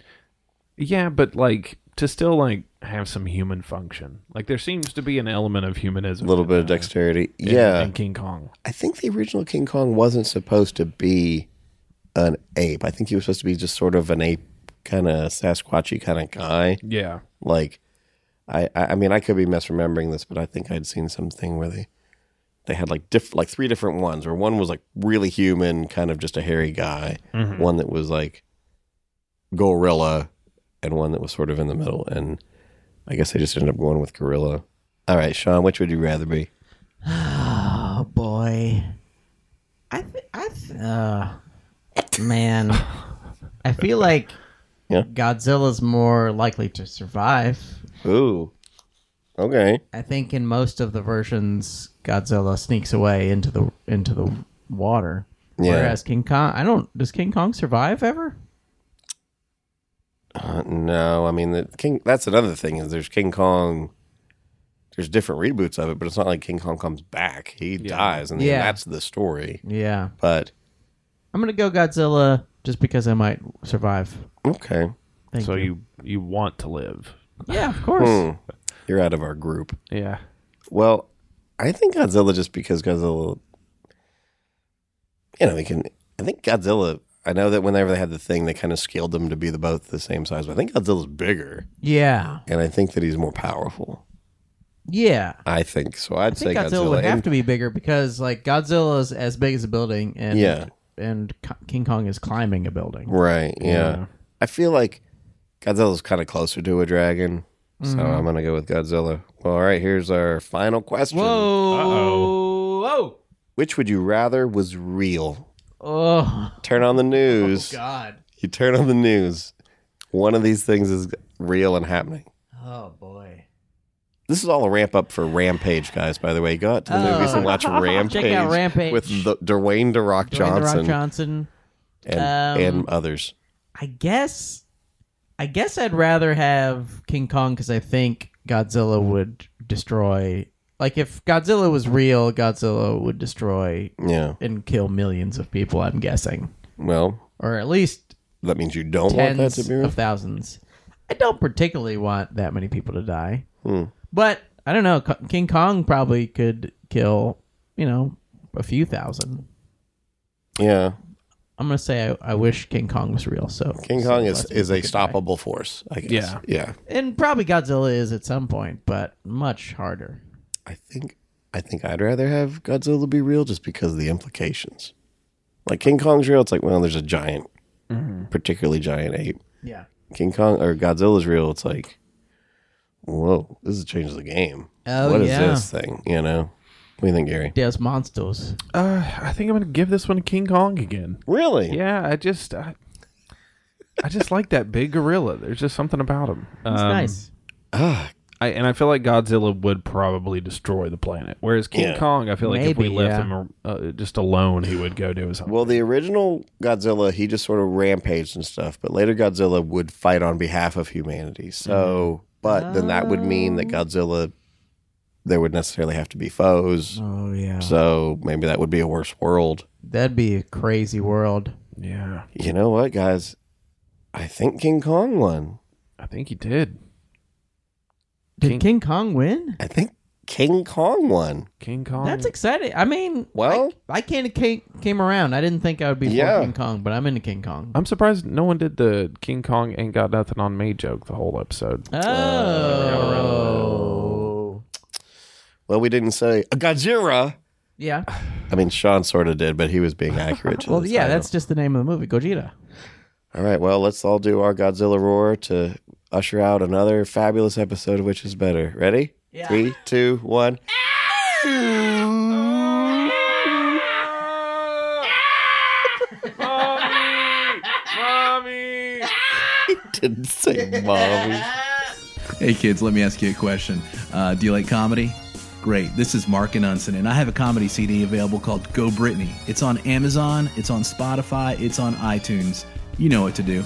[SPEAKER 3] Yeah, but like to still like have some human function. Like there seems to be an element of
[SPEAKER 4] A
[SPEAKER 3] humanism.
[SPEAKER 4] little
[SPEAKER 3] in,
[SPEAKER 4] bit of
[SPEAKER 3] uh,
[SPEAKER 4] dexterity.
[SPEAKER 3] in-
[SPEAKER 4] Yeah,
[SPEAKER 3] in King Kong.
[SPEAKER 4] I think the original King Kong wasn't supposed to be an ape. I think he was supposed to be just sort of an ape, kind of Sasquatchy kind of guy.
[SPEAKER 3] Yeah.
[SPEAKER 4] Like, I, I, I mean, I could be misremembering this, but I think I'd seen something where they, they had like diff, like three different ones, where one was like really human, kind of just a hairy guy, one that was like gorilla, and one that was sort of in the middle. And I guess they just ended up going with gorilla. All right, Sean, which would you rather be?
[SPEAKER 2] Oh boy. I th- I th- uh, man. I feel like
[SPEAKER 4] Yeah.
[SPEAKER 2] Godzilla's more likely to survive.
[SPEAKER 4] Ooh, okay.
[SPEAKER 2] I think in most of the versions, Godzilla sneaks away into the into the water.
[SPEAKER 4] Yeah.
[SPEAKER 2] Whereas King Kong, I don't. Does King Kong survive ever?
[SPEAKER 4] Uh, no, I mean the King. That's another thing is there's King Kong. There's different reboots of it, but it's not like King Kong comes back. He dies, and then
[SPEAKER 2] Yeah.
[SPEAKER 4] that's the story.
[SPEAKER 2] Yeah.
[SPEAKER 4] But
[SPEAKER 2] I'm gonna go Godzilla just because I might survive.
[SPEAKER 4] okay,
[SPEAKER 2] Thank
[SPEAKER 3] So
[SPEAKER 2] you.
[SPEAKER 3] you you want to live.
[SPEAKER 2] Yeah, of course.
[SPEAKER 4] Hmm. You're out of our group.
[SPEAKER 3] Yeah.
[SPEAKER 4] Well, I think Godzilla just because Godzilla, you know, he can. I think Godzilla. I know that whenever they had the thing, they kind of scaled them to be the both the same size. But I think Godzilla's bigger,
[SPEAKER 2] Yeah.
[SPEAKER 4] and I think that he's more powerful.
[SPEAKER 2] Yeah.
[SPEAKER 4] I think so. I'd
[SPEAKER 2] I think
[SPEAKER 4] say
[SPEAKER 2] Godzilla,
[SPEAKER 4] Godzilla.
[SPEAKER 2] would have
[SPEAKER 4] And
[SPEAKER 2] to be bigger because like Godzilla's as big as a building and
[SPEAKER 4] Yeah.
[SPEAKER 2] and K- King Kong is climbing a building.
[SPEAKER 4] Right. Yeah. I feel like Godzilla's kind of closer to a dragon.
[SPEAKER 2] Mm-hmm.
[SPEAKER 4] So I'm going to go with Godzilla. Well, all right. Here's our final question.
[SPEAKER 2] Whoa. Whoa.
[SPEAKER 4] Which would you rather was real?
[SPEAKER 2] Oh,
[SPEAKER 4] Turn on the news.
[SPEAKER 2] God.
[SPEAKER 4] you turn on the news. One of these things is real and happening.
[SPEAKER 2] Oh boy.
[SPEAKER 4] This is all a ramp up for Rampage, guys, by the way. Go out to the
[SPEAKER 2] Oh.
[SPEAKER 4] movies and watch Rampage.
[SPEAKER 2] Check out Rampage.
[SPEAKER 4] With the, Dwayne The Rock
[SPEAKER 2] Dwayne The
[SPEAKER 4] Johnson,
[SPEAKER 2] Rock Johnson.
[SPEAKER 4] and,
[SPEAKER 2] Um,
[SPEAKER 4] and others.
[SPEAKER 2] I guess I guess I'd rather have King Kong because I think Godzilla would destroy like if Godzilla was real, Godzilla would destroy
[SPEAKER 4] Yeah.
[SPEAKER 2] and kill millions of people, I'm guessing.
[SPEAKER 4] Well,
[SPEAKER 2] Or at least
[SPEAKER 4] that means you don't want that
[SPEAKER 2] tens
[SPEAKER 4] to be real.
[SPEAKER 2] of thousands. I don't particularly want that many people to die.
[SPEAKER 4] Hmm.
[SPEAKER 2] But I don't know. Co- King Kong probably could kill, you know, a few thousand.
[SPEAKER 4] Yeah.
[SPEAKER 2] I'm gonna say I, I wish King Kong was real. So
[SPEAKER 4] King
[SPEAKER 2] so
[SPEAKER 4] Kong is,
[SPEAKER 2] let's
[SPEAKER 4] is a
[SPEAKER 2] make it die.
[SPEAKER 4] stoppable force, I guess.
[SPEAKER 3] Yeah.
[SPEAKER 4] Yeah.
[SPEAKER 2] and probably Godzilla is at some point, but much harder.
[SPEAKER 4] I think I think I'd rather have Godzilla be real just because of the implications. Like King Kong's real, it's like, well, there's a giant,
[SPEAKER 2] Mm-hmm.
[SPEAKER 4] particularly giant ape.
[SPEAKER 2] Yeah.
[SPEAKER 4] King Kong or Godzilla's real, it's like, whoa, this changes the game.
[SPEAKER 2] Oh,
[SPEAKER 4] What is
[SPEAKER 2] yeah.
[SPEAKER 4] this thing? You know? What do you think, Gary?
[SPEAKER 2] There's monsters.
[SPEAKER 3] Uh, I think I'm gonna give this one to King Kong again.
[SPEAKER 4] Really?
[SPEAKER 3] Yeah, I just I, I just like that big gorilla. There's just something about him.
[SPEAKER 2] It's nice.
[SPEAKER 3] Uh, I, and I feel like Godzilla would probably destroy the planet, whereas King
[SPEAKER 4] Yeah.
[SPEAKER 3] Kong, I feel like if we
[SPEAKER 2] Maybe,
[SPEAKER 3] left
[SPEAKER 2] yeah.
[SPEAKER 3] him uh, just alone, he would go do his own.
[SPEAKER 4] Well, the original Godzilla, he just sort of rampaged and stuff, but later Godzilla would fight on behalf of humanity.
[SPEAKER 2] Mm-hmm.
[SPEAKER 4] So, but then that would mean
[SPEAKER 2] Oh.
[SPEAKER 4] that Godzilla, there would necessarily have to be foes.
[SPEAKER 2] Oh yeah.
[SPEAKER 4] So maybe that would be a worse world.
[SPEAKER 2] That'd be a crazy world.
[SPEAKER 3] yeah,
[SPEAKER 4] You know what, guys? I think King Kong won.
[SPEAKER 3] I think he did.
[SPEAKER 2] Did
[SPEAKER 3] King-
[SPEAKER 2] King, Kong win?
[SPEAKER 4] I think King Kong won.
[SPEAKER 3] King Kong.
[SPEAKER 2] That's exciting. I mean,
[SPEAKER 4] Well-
[SPEAKER 2] I, I kind of came, came around. I didn't think I would be for
[SPEAKER 4] Yeah.
[SPEAKER 2] King Kong, but I'm into King Kong.
[SPEAKER 3] I'm surprised no one did the King Kong ain't got nothing on me joke the whole episode.
[SPEAKER 2] Oh.
[SPEAKER 4] Well, we didn't say a Godzilla.
[SPEAKER 2] Yeah.
[SPEAKER 4] I mean, Sean sort of did, but he was being accurate. To
[SPEAKER 2] Well,
[SPEAKER 4] the
[SPEAKER 2] yeah,
[SPEAKER 4] title.
[SPEAKER 2] that's just the name of the movie, Gogeta.
[SPEAKER 4] all right. Well, let's all do our Godzilla roar to usher out another fabulous episode of Which Is Better. Ready?
[SPEAKER 2] Yeah.
[SPEAKER 4] Three, two, one. He didn't say mommy.
[SPEAKER 1] Hey kids, let me ask you a question. Uh, do you like comedy? Great. This is Mark and Unson, and I have a comedy CD available called Go Britney. It's on Amazon, it's on Spotify, it's on iTunes. You know what to do.